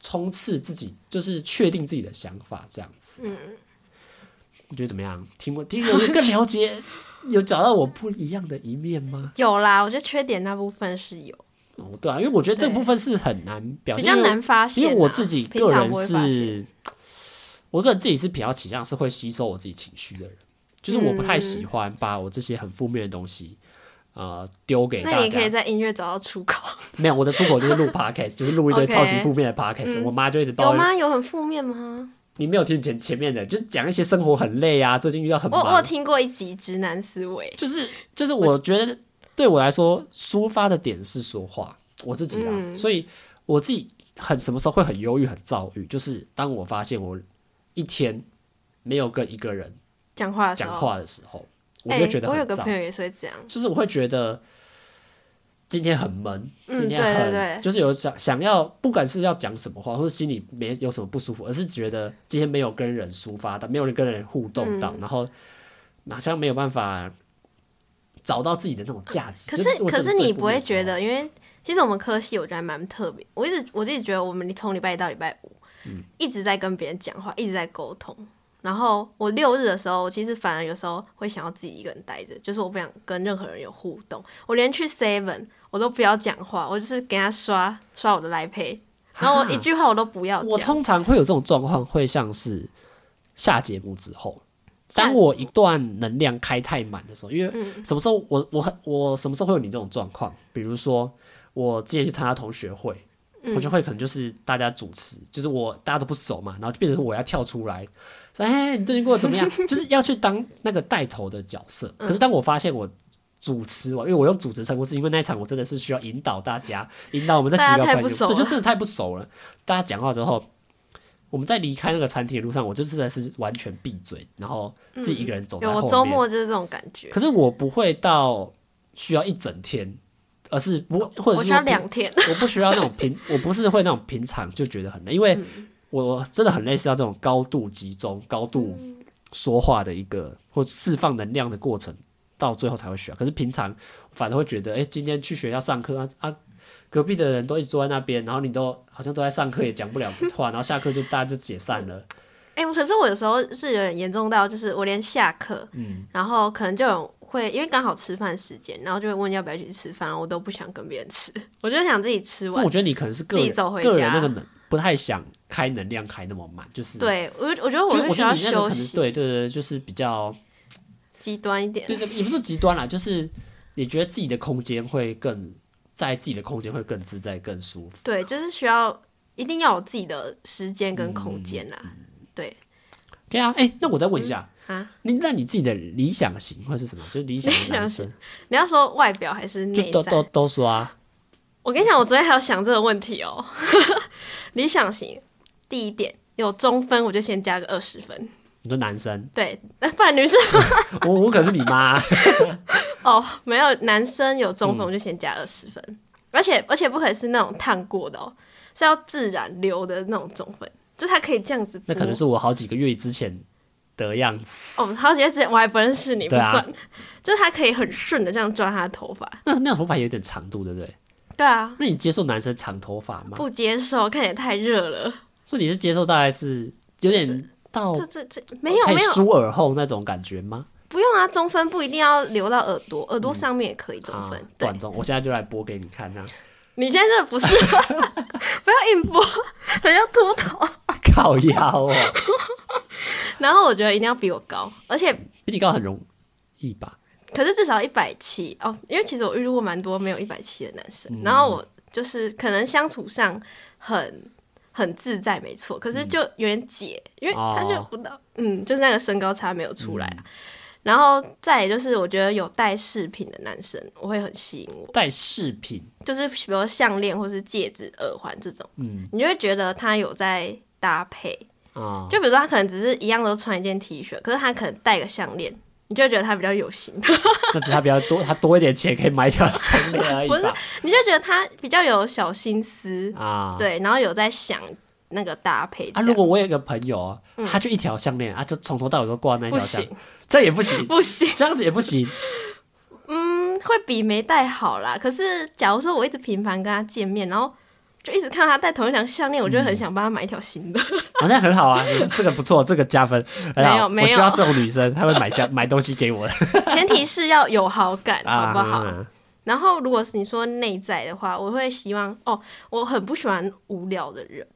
[SPEAKER 1] 冲刺自己，就是确定自己的想法这样子。嗯，你觉得怎么样？听过听我更了解，有找到我不一样的一面吗？
[SPEAKER 2] 有啦，我觉得缺点那部分是有，
[SPEAKER 1] 哦，对啊，因为我觉得这个
[SPEAKER 2] 对
[SPEAKER 1] 部分是很难表
[SPEAKER 2] 比
[SPEAKER 1] 现，
[SPEAKER 2] 较
[SPEAKER 1] 因为
[SPEAKER 2] 难发现
[SPEAKER 1] 因
[SPEAKER 2] 啊。
[SPEAKER 1] 为我自己
[SPEAKER 2] 平
[SPEAKER 1] 个
[SPEAKER 2] 常
[SPEAKER 1] 人
[SPEAKER 2] 不会发现，
[SPEAKER 1] 是，我个人自己是比较倾向是会吸收我自己情绪的人，就是我不太喜欢把我这些很负面的东西，呃丢给
[SPEAKER 2] 那
[SPEAKER 1] 大
[SPEAKER 2] 你可以
[SPEAKER 1] 家。
[SPEAKER 2] 在音乐找到出口，
[SPEAKER 1] 没有，我的出口就是录 podcast，就是录一堆
[SPEAKER 2] OK 嗯
[SPEAKER 1] 超级负面的 podcast，、我妈就一直
[SPEAKER 2] 有
[SPEAKER 1] 抱怨。
[SPEAKER 2] 吗？有很负面吗？
[SPEAKER 1] 你没有听前前面的，就是讲一些生活很累啊，最近遇到很
[SPEAKER 2] 我我有
[SPEAKER 1] 忙，
[SPEAKER 2] 听过一集直男思维，
[SPEAKER 1] 就是就是我觉得对我来说抒发的点是说话，我自己啊，
[SPEAKER 2] 嗯
[SPEAKER 1] 所以我自己很什么时候会很忧郁、很躁郁，就是当我发现我一天没有跟一个人
[SPEAKER 2] 讲话的时
[SPEAKER 1] 讲
[SPEAKER 2] 候，
[SPEAKER 1] 话的时候，我
[SPEAKER 2] 哎，
[SPEAKER 1] 就觉得
[SPEAKER 2] 我有
[SPEAKER 1] 很
[SPEAKER 2] 个
[SPEAKER 1] 躁
[SPEAKER 2] 朋，友也是会这样，
[SPEAKER 1] 就是我会觉得今天很闷，
[SPEAKER 2] 嗯
[SPEAKER 1] 今天
[SPEAKER 2] 对
[SPEAKER 1] 很、
[SPEAKER 2] 对对
[SPEAKER 1] 就是有想想要，不管是要讲什么话，或者心里没有什么不舒服，而是觉得今天没有跟人抒发到，没有人跟人互
[SPEAKER 2] 嗯
[SPEAKER 1] 动到，然后好像没有办法找到自己的那种价值。
[SPEAKER 2] 可
[SPEAKER 1] 就是我
[SPEAKER 2] 可
[SPEAKER 1] 真的
[SPEAKER 2] 是
[SPEAKER 1] 最
[SPEAKER 2] 你
[SPEAKER 1] 负
[SPEAKER 2] 不
[SPEAKER 1] 面
[SPEAKER 2] 会
[SPEAKER 1] 的时
[SPEAKER 2] 觉
[SPEAKER 1] 候
[SPEAKER 2] 得，因为其实我们科系我觉得还蛮特别，我一直我自己觉得我们从礼拜一到礼拜五、一直在跟别人讲话，一直在沟通。然后我六日的时候，我其实反而有时候会想要自己一个人待着，就是我不想跟任何人有互动。我连去 Seven 我都不要讲话，我就是给他刷刷我的来 pay，然后我一句话我都不要
[SPEAKER 1] 我
[SPEAKER 2] 讲。
[SPEAKER 1] 通常会有这种状况，会像是下节目之后，
[SPEAKER 2] 下嗯
[SPEAKER 1] 当我一段能量开太满的时候，因为什么时候我我很我什么时候会有你这种状况？比如说我之前去参加同学会，
[SPEAKER 2] 嗯
[SPEAKER 1] 同学会可能就是大家主持，就是我大家都不熟嘛，然后就变成我要跳出来说：“哎，你最近过得怎么样？” 就是要去当那个带头的角色。
[SPEAKER 2] 嗯
[SPEAKER 1] 可是当我发现我。主持完，因为我用主持称呼，是因为那一场我真的是需要引导大家，引导我们这几
[SPEAKER 2] 大
[SPEAKER 1] 个
[SPEAKER 2] 家太
[SPEAKER 1] 朋友，
[SPEAKER 2] 不熟
[SPEAKER 1] 对，就
[SPEAKER 2] 了
[SPEAKER 1] 真的太不熟了。大家讲话之后，我们在离开那个餐厅的路上，我就是在是完全闭嘴，然后自己一个人走在
[SPEAKER 2] 嗯有
[SPEAKER 1] 后
[SPEAKER 2] 我
[SPEAKER 1] 面。
[SPEAKER 2] 周末就是这种感觉，
[SPEAKER 1] 可是我不会到需要一整天，而是不或者
[SPEAKER 2] 我
[SPEAKER 1] 是
[SPEAKER 2] 需要
[SPEAKER 1] 说不
[SPEAKER 2] 两天。
[SPEAKER 1] 我不需要那种平，我不是会那种平常就觉得很累，因为
[SPEAKER 2] 嗯
[SPEAKER 1] 我真的很类似要这种高度集中、高度
[SPEAKER 2] 嗯
[SPEAKER 1] 说话的一个或释放能量的过程，到最后才会需要。可是平常反而会觉得，哎、今天去学校上课啊啊，隔壁的人都一直坐在那边，然后你都好像都在上课，也讲不了话，然后下课就大家就解散 了。
[SPEAKER 2] 哎、我可是我有时候是有点严重到，就是我连下课，
[SPEAKER 1] 嗯
[SPEAKER 2] 然后可能就有会，因为刚好吃饭时间，然后就会问要不要一起吃饭，然后我都不想跟别人吃，我就想自己吃
[SPEAKER 1] 那
[SPEAKER 2] 完
[SPEAKER 1] 我。觉得你可能是个
[SPEAKER 2] 自己
[SPEAKER 1] 人
[SPEAKER 2] 走回
[SPEAKER 1] 个人
[SPEAKER 2] 家
[SPEAKER 1] 那个能不太想开能量开那么满，就是。
[SPEAKER 2] 对，我就我觉得
[SPEAKER 1] 就是
[SPEAKER 2] 我
[SPEAKER 1] 我
[SPEAKER 2] 需
[SPEAKER 1] 觉得
[SPEAKER 2] 要
[SPEAKER 1] 你那个
[SPEAKER 2] 休
[SPEAKER 1] 可能
[SPEAKER 2] 息，
[SPEAKER 1] 对对对，就是比较
[SPEAKER 2] 极端一点。
[SPEAKER 1] 对对，也不是极端啦，就是你觉得自己的空间会更在自己的空间会更自在、更舒服。
[SPEAKER 2] 对，就是需要一定要有自己的时间跟空间啦。
[SPEAKER 1] 嗯
[SPEAKER 2] 对，
[SPEAKER 1] 对啊，哎、那我再问一下，
[SPEAKER 2] 嗯啊
[SPEAKER 1] 你那你自己的理想型会是什么？就是理想
[SPEAKER 2] 理
[SPEAKER 1] 的
[SPEAKER 2] 想
[SPEAKER 1] 男生，
[SPEAKER 2] 你要说外表还是
[SPEAKER 1] 就
[SPEAKER 2] 内
[SPEAKER 1] 都
[SPEAKER 2] 在？
[SPEAKER 1] 都都说啊，
[SPEAKER 2] 我跟你讲，我昨天还有想这个问题哦。 理想型，第一点有中分，我就先加个二十分。
[SPEAKER 1] 你说男生，
[SPEAKER 2] 对，那不然女生
[SPEAKER 1] 我我可是你 妈，
[SPEAKER 2] 哦，没有男生有中
[SPEAKER 1] 嗯
[SPEAKER 2] 分，我就先加二十分，而且而且不可以是那种烫过的哦，是要自然流的那种中分，就它可以这样子。嗯
[SPEAKER 1] 那可能是我好几个月之前的样子。
[SPEAKER 2] 哦，好姐之前我还不认识你，不
[SPEAKER 1] 对啊
[SPEAKER 2] 算，就是它可以很顺的这样抓他的头发。
[SPEAKER 1] 那那头发有点长度，对不对？
[SPEAKER 2] 对啊，
[SPEAKER 1] 那你接受男生长头发吗？
[SPEAKER 2] 不接受，看起来太热了，
[SPEAKER 1] 所以你是接受大概是有点到
[SPEAKER 2] 这这这没有
[SPEAKER 1] 可以
[SPEAKER 2] 没有，
[SPEAKER 1] 梳耳后那种感觉吗？
[SPEAKER 2] 不用啊，中分不一定要留到耳朵，耳朵上面也可以中
[SPEAKER 1] 嗯啊
[SPEAKER 2] 分。，对，
[SPEAKER 1] 短中，我现在就来播给你看，啊这样。
[SPEAKER 2] 你现在这不是， 不要硬拨，很要秃头。
[SPEAKER 1] 靠腰哦，
[SPEAKER 2] 然后我觉得一定要比我高，而且
[SPEAKER 1] 比你高很容易吧？
[SPEAKER 2] 可是至少一百七哦，因为其实我遇过蛮多没有一百七的男生，然后我就是可能相处上很很自在，没错，可是就有点解，因为他就
[SPEAKER 1] 哦
[SPEAKER 2] 不到，嗯，就是那个身高差没有出来啊。然后再来就是，我觉得有戴饰品的男生，我会很吸引我，
[SPEAKER 1] 戴饰品
[SPEAKER 2] 就是比如项链或是戒指、耳环这种，嗯，你就会觉得他有在搭配，
[SPEAKER 1] 啊、
[SPEAKER 2] 就比如说他可能只是一样都穿一件 T 恤，可是他可能戴个项链，你就会觉得他比较有型。
[SPEAKER 1] 那只是他比较多，他多一点钱可以买一条项链而已
[SPEAKER 2] 不是
[SPEAKER 1] 吧？
[SPEAKER 2] 你就觉得他比较有小心思，
[SPEAKER 1] 啊，
[SPEAKER 2] 对，然后有在想那个搭配
[SPEAKER 1] 啊，
[SPEAKER 2] 这样。
[SPEAKER 1] 如果我有一个朋友啊，他就一条项链啊，就从头到尾都挂那一条
[SPEAKER 2] 嗯不
[SPEAKER 1] 项
[SPEAKER 2] 行，
[SPEAKER 1] 这样也不行，
[SPEAKER 2] 不行，
[SPEAKER 1] 这样子也不行。
[SPEAKER 2] 嗯，会比没戴好啦。可是假如说我一直频繁跟他见面，然后就一直看他戴同一条项链，我
[SPEAKER 1] 嗯
[SPEAKER 2] 就会很想帮他买一条新的。
[SPEAKER 1] 好像很好啊， 这个不错，这个加分。很好
[SPEAKER 2] 没有没有
[SPEAKER 1] 我需要这种女生，她会买下 买东西给我的，
[SPEAKER 2] 前提是要有好感，好不好？
[SPEAKER 1] 啊？
[SPEAKER 2] 然后如果是你说内在的话，我会希望哦，我很不喜欢无聊的人，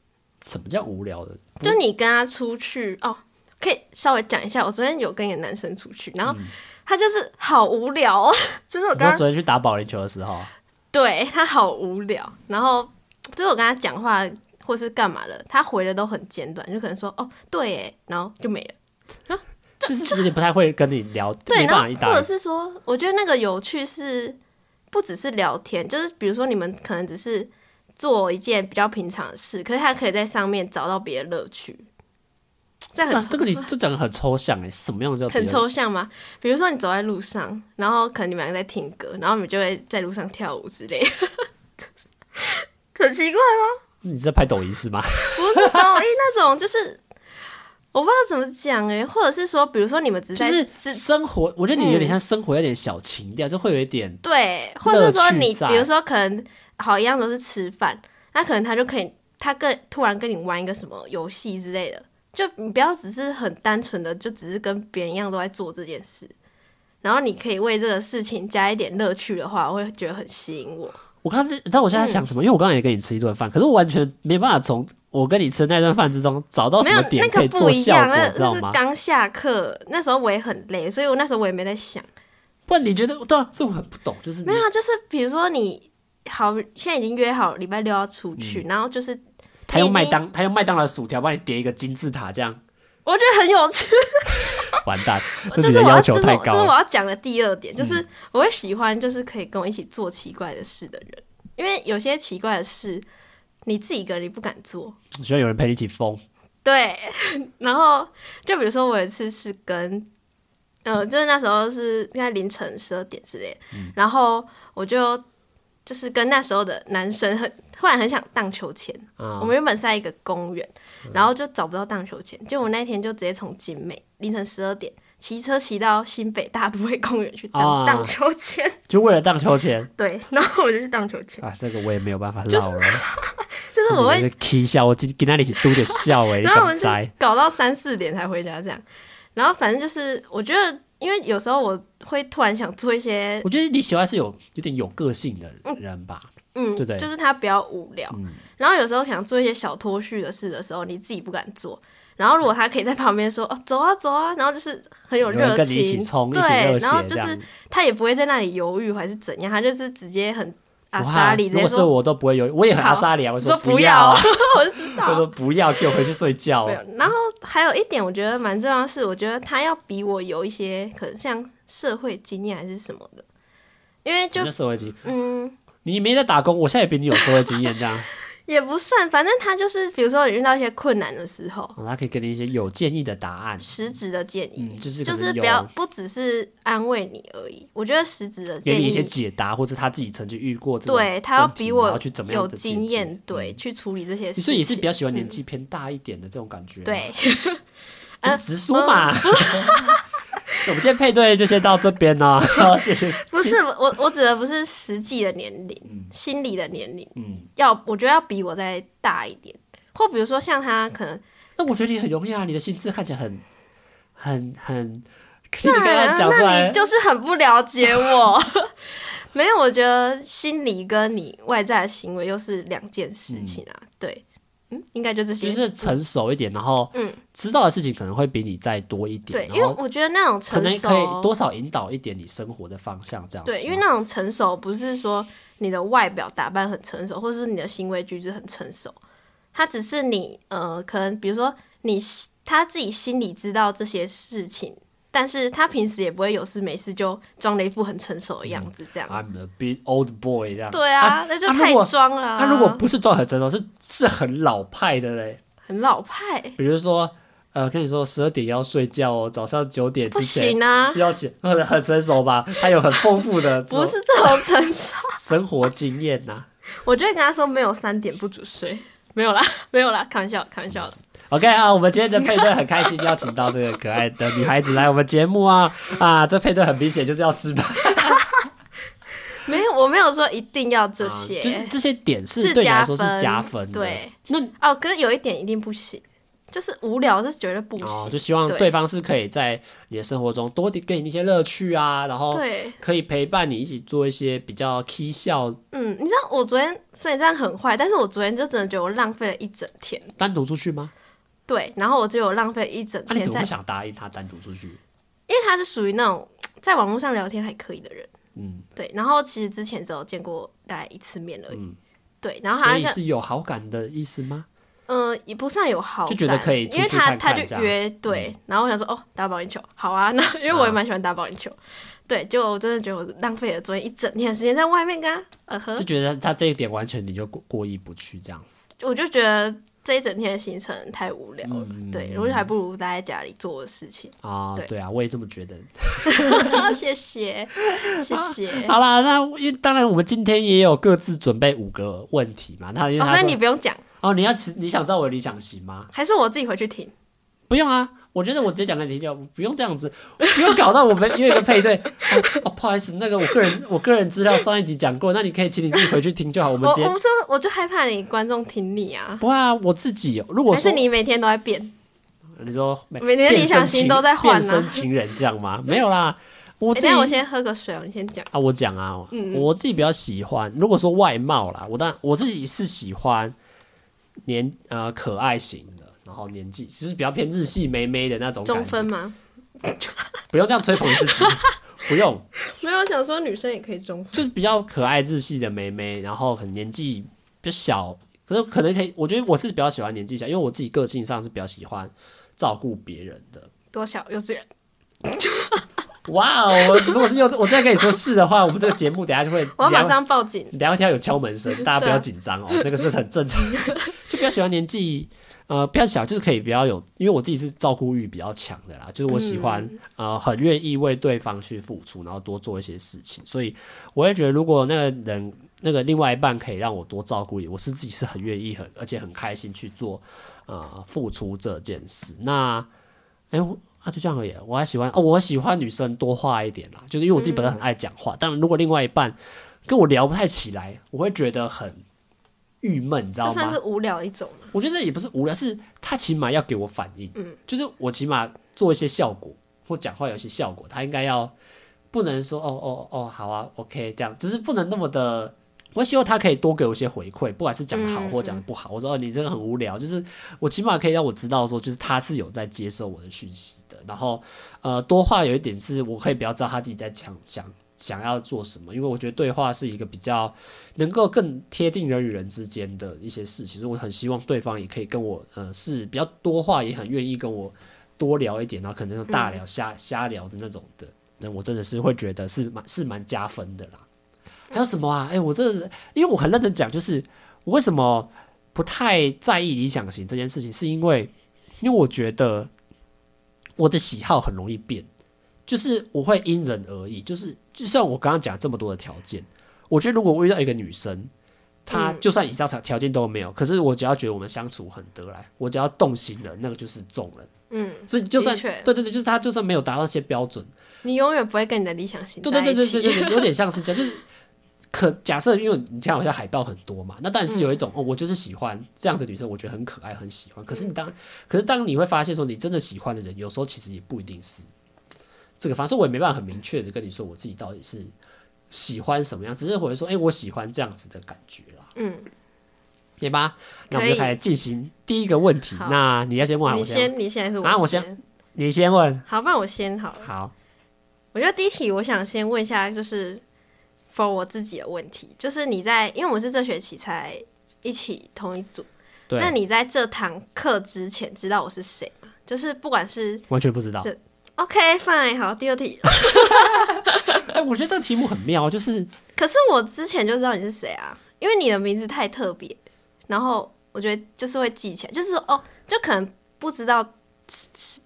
[SPEAKER 1] 什么叫无聊的？
[SPEAKER 2] 就你跟他出去哦。可以稍微讲一下，我昨天有跟一个男生出去，然后
[SPEAKER 1] 嗯
[SPEAKER 2] 他就是好无聊、哦， 就是我
[SPEAKER 1] 你说
[SPEAKER 2] 刚
[SPEAKER 1] 昨天去打保龄球的时候，啊
[SPEAKER 2] 对 他好无聊，然后就是我跟他讲话或是干嘛了，他回的都很简短，就可能说哦对耶，然后就没了。
[SPEAKER 1] 就是有点不太会跟你聊，
[SPEAKER 2] 对，
[SPEAKER 1] 没
[SPEAKER 2] 然
[SPEAKER 1] 办
[SPEAKER 2] 后
[SPEAKER 1] 法一
[SPEAKER 2] 或
[SPEAKER 1] 打
[SPEAKER 2] 者是说，我觉得那个有趣是不只是聊天，就是比如说你们可能只是做一件比较平常的事，可是他可以在上面找到别的乐趣。这样
[SPEAKER 1] 这个
[SPEAKER 2] 很
[SPEAKER 1] 这个你这讲的很抽象哎，什么样叫别
[SPEAKER 2] 很
[SPEAKER 1] 人
[SPEAKER 2] 抽象吗？比如说你走在路上，然后可能你们两个在听歌，然后你们就会在路上跳舞之类的， 很奇怪，
[SPEAKER 1] 你是在拍抖音是吗？
[SPEAKER 2] 不是抖音那种，就是我不知道怎么讲哎、或者是说，比如说你们只
[SPEAKER 1] 就
[SPEAKER 2] 在嗯
[SPEAKER 1] 是
[SPEAKER 2] 只
[SPEAKER 1] 生活，我觉得你有点像生活，有点小情调，就会有一点
[SPEAKER 2] 对，或者说
[SPEAKER 1] 乐趣
[SPEAKER 2] 你
[SPEAKER 1] 在
[SPEAKER 2] 比如说可能好一样都是吃饭，那可能他就可以他跟突然跟你玩一个什么游戏之类的，就你不要只是很单纯的就只是跟别人一样都在做这件事，然后你可以为这个事情加一点乐趣的话，我会觉得很吸引我。
[SPEAKER 1] 我刚才你知道我现在在想什么？因为我刚才也跟你吃一顿饭，可是我完全没办法从我跟你吃的那顿饭之中找到
[SPEAKER 2] 没
[SPEAKER 1] 哦什么
[SPEAKER 2] 有那
[SPEAKER 1] 点可
[SPEAKER 2] 个
[SPEAKER 1] 以
[SPEAKER 2] 不
[SPEAKER 1] 做
[SPEAKER 2] 一
[SPEAKER 1] 效
[SPEAKER 2] 样，
[SPEAKER 1] 果，
[SPEAKER 2] 那
[SPEAKER 1] 知道
[SPEAKER 2] 那是
[SPEAKER 1] 吗？
[SPEAKER 2] 刚下课那时候我也很累，所以我那时候我也没在想。
[SPEAKER 1] 不然你觉得对啊？是我很不懂，就是你
[SPEAKER 2] 没有啊，就是比如说你好，现在已经约好礼拜六要出去，然后就是
[SPEAKER 1] 嗯他用麦
[SPEAKER 2] 已经
[SPEAKER 1] 当他用麦当劳的薯条帮你叠一个金字塔，这 样
[SPEAKER 2] 我觉得很有趣。
[SPEAKER 1] 完蛋， 这
[SPEAKER 2] 就
[SPEAKER 1] 你
[SPEAKER 2] 是
[SPEAKER 1] 的
[SPEAKER 2] 我要，
[SPEAKER 1] 要
[SPEAKER 2] 这
[SPEAKER 1] 求
[SPEAKER 2] 是
[SPEAKER 1] 太
[SPEAKER 2] 我这
[SPEAKER 1] 高
[SPEAKER 2] 是我
[SPEAKER 1] 了。嗯
[SPEAKER 2] 要讲的第二点，就是我会喜欢就是可以跟我一起做奇怪的事的人，因为有些奇怪的事你自己一个人你不敢做。
[SPEAKER 1] 我希望有人陪你一起疯，
[SPEAKER 2] 对， 然后就比如说我有一次是跟，呃，就是那时候是应该凌晨十二点之类的，
[SPEAKER 1] 嗯
[SPEAKER 2] 然后我就就是跟那时候的男生很突然很想荡秋千，
[SPEAKER 1] 啊嗯
[SPEAKER 2] 我们原本是在一个公园，然后就找不到荡秋千，就我那天就直接从景美凌晨十二点骑车骑到新北大都会公园去
[SPEAKER 1] 啊
[SPEAKER 2] 荡荡秋千，
[SPEAKER 1] 就为了荡秋千
[SPEAKER 2] 对，然后我就去荡秋千，
[SPEAKER 1] 啊！这个我也没有办法
[SPEAKER 2] 就
[SPEAKER 1] 绕了，
[SPEAKER 2] 就是我会
[SPEAKER 1] 是 k 笑，我今跟那里一起嘟点笑哎，你
[SPEAKER 2] 然后
[SPEAKER 1] 敢
[SPEAKER 2] 我们就
[SPEAKER 1] 栽？
[SPEAKER 2] 搞到三四点才回家这样。然后反正就是，我觉得，因为有时候我会突然想做一些，
[SPEAKER 1] 我觉得你喜欢是有有点有个性的人吧，
[SPEAKER 2] 嗯，
[SPEAKER 1] 对不嗯对
[SPEAKER 2] 就是它比较无聊。然后有时候想做一些小脱序的事的时候，你自己不敢做。然后如果他可以在旁边说哦走啊走啊，然后就是很有
[SPEAKER 1] 人
[SPEAKER 2] 热
[SPEAKER 1] 跟你一
[SPEAKER 2] 情
[SPEAKER 1] 起，冲，一起热血
[SPEAKER 2] 对，然后就
[SPEAKER 1] 这样
[SPEAKER 2] 是。他也不会在那里犹豫还是怎样，他就是直接很阿
[SPEAKER 1] 哇
[SPEAKER 2] 莎里直
[SPEAKER 1] 如
[SPEAKER 2] 接
[SPEAKER 1] 果是
[SPEAKER 2] 说
[SPEAKER 1] 我都不会有，我也很
[SPEAKER 2] 好
[SPEAKER 1] 阿莎里啊，我
[SPEAKER 2] 我
[SPEAKER 1] 说
[SPEAKER 2] 不
[SPEAKER 1] 要
[SPEAKER 2] 要
[SPEAKER 1] 啊
[SPEAKER 2] 啊，， 我就知道
[SPEAKER 1] 我。说不要，给我回去睡觉
[SPEAKER 2] 没。有。然后还有一点，我觉得蛮重要的是，我觉得他要比我有一些可能像社会经验还是什么的，因为就
[SPEAKER 1] 什么叫社会经，
[SPEAKER 2] 嗯
[SPEAKER 1] 你没在打工，我现在也比你有社会经验，这样，
[SPEAKER 2] 也不算，反正他就是比如说你遇到一些困难的时候，
[SPEAKER 1] 哦他可以给你一些有建议的答案，
[SPEAKER 2] 实质的建议。
[SPEAKER 1] 嗯，就是可能
[SPEAKER 2] 就是
[SPEAKER 1] 有
[SPEAKER 2] 不要不只是安慰你而已，我觉得实质的
[SPEAKER 1] 给
[SPEAKER 2] 建
[SPEAKER 1] 你一些
[SPEAKER 2] 议，
[SPEAKER 1] 解答，或者他自己曾经遇过这种问题，
[SPEAKER 2] 对他要比我
[SPEAKER 1] 然后去怎么样
[SPEAKER 2] 有
[SPEAKER 1] 的
[SPEAKER 2] 经
[SPEAKER 1] 解决
[SPEAKER 2] 验，。对，去处理这些事
[SPEAKER 1] 所以
[SPEAKER 2] 情。
[SPEAKER 1] 也是比较喜欢年纪偏大一点的这种感觉，，啊
[SPEAKER 2] 对，呃嗯
[SPEAKER 1] 直说 嘛。 我们今天配对就先到这边呢， 谢谢。
[SPEAKER 2] 不是我我我指的不是实际的年龄，心理的年龄，
[SPEAKER 1] 嗯
[SPEAKER 2] 要我觉得要比我再大一点，或比如说像他可能
[SPEAKER 1] 那我觉得你很容易啊，你的心智看起来很、很、很，你刚
[SPEAKER 2] 那
[SPEAKER 1] 刚讲出
[SPEAKER 2] 那
[SPEAKER 1] 来
[SPEAKER 2] 你，就是很不了解我。 没有，我觉得心理跟你外在的行为又是两件事情啊。对，嗯，应该就这些。
[SPEAKER 1] 就是成熟一点，然后
[SPEAKER 2] 嗯
[SPEAKER 1] 知道的事情可能会比你再多一
[SPEAKER 2] 对
[SPEAKER 1] 点，，
[SPEAKER 2] 因
[SPEAKER 1] 然
[SPEAKER 2] 为
[SPEAKER 1] 后
[SPEAKER 2] 我觉得那种
[SPEAKER 1] 可
[SPEAKER 2] 成
[SPEAKER 1] 能
[SPEAKER 2] 熟，
[SPEAKER 1] 可以多少引导一点你生活的方向，这样子吗。
[SPEAKER 2] 对，因为那种成熟不是说你的外表打扮很成熟，或者是你的行为举止很成熟，它只是你呃，可能比如说你心他自己心里知道这些事情，但是他平时也不会有事没事就装了一副很成熟的样子，这样。
[SPEAKER 1] I'm a big old boy 这样。
[SPEAKER 2] 对啊，那
[SPEAKER 1] 嗯
[SPEAKER 2] 就
[SPEAKER 1] 啊如
[SPEAKER 2] 太
[SPEAKER 1] 果
[SPEAKER 2] 装了啊、
[SPEAKER 1] 他如果不是装很成熟，哦是是很老派的嘞，
[SPEAKER 2] 很老派，
[SPEAKER 1] 比如说呃，跟你说十二点要睡觉哦，早上九点
[SPEAKER 2] 不
[SPEAKER 1] 之前。
[SPEAKER 2] 行啊，
[SPEAKER 1] 要起很很成熟吧，他有很丰富的这
[SPEAKER 2] 不
[SPEAKER 1] 种
[SPEAKER 2] 是这种成熟。
[SPEAKER 1] 生活经验呐、
[SPEAKER 2] 我就会跟他说没有三点不准睡，没有啦，没有啦，开玩笑，开玩笑的。
[SPEAKER 1] OK 啊，我们今天的配对很开心，邀请到这个可爱的女孩子来我们节目啊啊，这配对很明显就是要失败，
[SPEAKER 2] 没有，我没有说一定要这些，
[SPEAKER 1] 啊就是这些点是
[SPEAKER 2] 是
[SPEAKER 1] 对你来
[SPEAKER 2] 加
[SPEAKER 1] 说是
[SPEAKER 2] 分
[SPEAKER 1] 加分的。
[SPEAKER 2] 对，
[SPEAKER 1] 那
[SPEAKER 2] 哦，可是有一点一定不行，就是无聊是绝对不行。
[SPEAKER 1] 哦，就希望
[SPEAKER 2] 对
[SPEAKER 1] 对方是可以在你的生活中多点给你一些乐趣啊，然后
[SPEAKER 2] 对，
[SPEAKER 1] 可以陪伴你一起做一些比较 k 笑
[SPEAKER 2] 嗯，你知道我昨天虽然这样很坏，但是我昨天就真的觉得我浪费了一整天。
[SPEAKER 1] 单独出去吗？
[SPEAKER 2] 对，然后我就有浪费一整
[SPEAKER 1] 那、啊你
[SPEAKER 2] 天
[SPEAKER 1] 怎么
[SPEAKER 2] 在，
[SPEAKER 1] 会想答应他单独出去？
[SPEAKER 2] 因为他是属于那种在网络上聊天还可以的人，
[SPEAKER 1] 嗯，
[SPEAKER 2] 对。然后其实之前只有见过大概一次面而已，
[SPEAKER 1] 嗯
[SPEAKER 2] 对。然后
[SPEAKER 1] 所
[SPEAKER 2] 他
[SPEAKER 1] 以
[SPEAKER 2] 像
[SPEAKER 1] 是有好感的意思吗？
[SPEAKER 2] 嗯，也不算有好感，
[SPEAKER 1] 就觉得可以出去
[SPEAKER 2] 因为他
[SPEAKER 1] 看看
[SPEAKER 2] 他
[SPEAKER 1] 这
[SPEAKER 2] 就
[SPEAKER 1] 样嗯
[SPEAKER 2] 约对，然后我想说哦，打保龄球好啊，那因为我也蛮喜欢打保龄球，对，就我真的觉得我浪费了昨天一整天的时间在外面跟他呃呵
[SPEAKER 1] 就，觉得他这一点完全你就过过意不去这样子。
[SPEAKER 2] 我就觉得这一整天的行程太无聊了，
[SPEAKER 1] 嗯
[SPEAKER 2] 对，我就还不如待在家里做我的 事情。
[SPEAKER 1] 啊，
[SPEAKER 2] 对
[SPEAKER 1] 对啊，我也这么觉得。
[SPEAKER 2] 谢谢，谢谢。
[SPEAKER 1] 好啦，那因为当然我们今天也有各自准备五个问题嘛。那因为
[SPEAKER 2] 哦，
[SPEAKER 1] 他
[SPEAKER 2] 所以
[SPEAKER 1] 说
[SPEAKER 2] 你不用讲，
[SPEAKER 1] 哦，你要其你想知道我的理想型吗？
[SPEAKER 2] 还是我自己回去听。
[SPEAKER 1] 不用啊，我觉得我直接讲给你听就好，不用这样子，不用搞到我们又一个配对。哦哦，不好意思，那个我个人我个人资料上一集讲过，那你可以请你自己回去听就好。我
[SPEAKER 2] 我
[SPEAKER 1] 们直接
[SPEAKER 2] 我这我就害怕你观众听你啊，
[SPEAKER 1] 不会啊，我自己如果
[SPEAKER 2] 还
[SPEAKER 1] 说
[SPEAKER 2] 是你每天都在变？
[SPEAKER 1] 你说每
[SPEAKER 2] 每天理想型都在换啊
[SPEAKER 1] 变身情人这样吗？没有啦，我
[SPEAKER 2] 我
[SPEAKER 1] 自己、
[SPEAKER 2] 哎我先喝个水哦，你先讲。
[SPEAKER 1] 啊，我讲啊，我自己比较喜欢。如果说外貌啦，我当然我自己是喜欢年呃可爱型的，然后年纪就是比较偏日系妹妹的那种
[SPEAKER 2] 中
[SPEAKER 1] 感觉
[SPEAKER 2] 分。吗？
[SPEAKER 1] 不用这样吹捧自己，不用，
[SPEAKER 2] 没有，我想说女生也可以中分。
[SPEAKER 1] 就是比较可爱日系的妹妹，然后很年纪比较小，可是可能可以，我觉得我是比较喜欢年纪小，因为我自己个性上是比较喜欢照顾别人的。
[SPEAKER 2] 多小幼稚园？
[SPEAKER 1] 哇哦，我如果是幼稚，我再跟你说是的话，我们这个节目等一下就会
[SPEAKER 2] 我要马
[SPEAKER 1] 聊
[SPEAKER 2] 上报警。
[SPEAKER 1] 等一下会有敲门声，大家不
[SPEAKER 2] 对啊
[SPEAKER 1] 要紧张哦，那个是很正 常的，就比较喜欢年纪。呃，比较小就是可以比较有，因为我自己是照顾欲比较强的啦，就是我喜欢、呃很愿意为对方去付出，然后多做一些事情，所以我会觉得如果那个人那个另外一半可以让我多照顾你，我是自己是很愿意很而且很开心去做呃付出这件事。那哎、我啊就这样而已，我还喜欢哦，我喜欢女生多话一点啦，就是因为我自己本身很爱讲话，当然如果另外一半跟我聊不太起来，我会觉得很郁闷，你知道
[SPEAKER 2] 这
[SPEAKER 1] 吗？
[SPEAKER 2] 算是无聊一种吗？
[SPEAKER 1] 我觉得也不是无聊，是他起码要给我反应，
[SPEAKER 2] 嗯
[SPEAKER 1] 就是我起码做一些效果或讲话有一些效果，他应该要不能说哦哦哦好啊，OK 这样，就是不能那么的。我希望他可以多给我一些回馈，不管是讲得好
[SPEAKER 2] 嗯
[SPEAKER 1] 或讲的不好。我说哦，你这个很无聊，就是我起码可以让我知道说，就是他是有在接受我的讯息的。然后呃，多话有一点是我可以比较知道他自己在想想想要做什么，因为我觉得对话是一个比较能够更贴近人与人之间的一些事情，所以我很希望对方也可以跟我呃是比较多话，也很愿意跟我多聊一点，然后可能大聊瞎、瞎聊的那种的，那我真的是会觉得是蛮是蛮加分的啦。还有什么啊？哎、我真的是因为我很认真讲，就是我为什么不太在意理想型这件事情，是因为因为我觉得我的喜好很容易变，就是我会因人而异。就是就像我刚刚讲这么多的条件，我觉得如果我遇到一个女生，她
[SPEAKER 2] 嗯
[SPEAKER 1] 就算以上条条件都没有，可是我只要觉得我们相处很得来，我只要动心了，那个就是中了。
[SPEAKER 2] 嗯，
[SPEAKER 1] 所以就算
[SPEAKER 2] 的确
[SPEAKER 1] 对对对，就是她就算没有达到一些标准，
[SPEAKER 2] 你永远不会跟你的理想型
[SPEAKER 1] 对
[SPEAKER 2] 在
[SPEAKER 1] 对
[SPEAKER 2] 一
[SPEAKER 1] 对对
[SPEAKER 2] 起。
[SPEAKER 1] 对对，对有点像是这样，就是可假设，因为你像好像海报很多嘛，那当
[SPEAKER 2] 嗯
[SPEAKER 1] 然是有一种、哦，我就是喜欢这样子的女生，我觉得很可爱，很喜欢。可
[SPEAKER 2] 嗯
[SPEAKER 1] 是你当，可是当你会发现说，你真的喜欢的人，有时候其实也不一定是这个方式，所以我也没办法很明确的跟你说我自己到底是喜欢什么样，只是我会说，哎、我喜欢这样子的感觉啦，
[SPEAKER 2] 嗯，
[SPEAKER 1] 对吧？那我们
[SPEAKER 2] 可以
[SPEAKER 1] 就开始进行第一个问题。
[SPEAKER 2] 好
[SPEAKER 1] 那你要先问，还是
[SPEAKER 2] 你
[SPEAKER 1] 我先问，
[SPEAKER 2] 先，你先还是
[SPEAKER 1] 啊我先
[SPEAKER 2] 先？
[SPEAKER 1] 你先问。
[SPEAKER 2] 好，不然我先好了。
[SPEAKER 1] 好，
[SPEAKER 2] 我觉得第一题，我想先问一下，就是 for 我自己的问题，就是你在，因为我们是这学期才一起同一组，
[SPEAKER 1] 对，
[SPEAKER 2] 那你在这堂课之前知道我是谁吗？就是不管是
[SPEAKER 1] 完全不知道。
[SPEAKER 2] OK fine 好，第二题，
[SPEAKER 1] 哎、我觉得这个题目很妙，哦就是
[SPEAKER 2] 可是我之前就知道你是谁啊，因为你的名字太特别，然后我觉得就是会记起来，就是哦，就可能不知道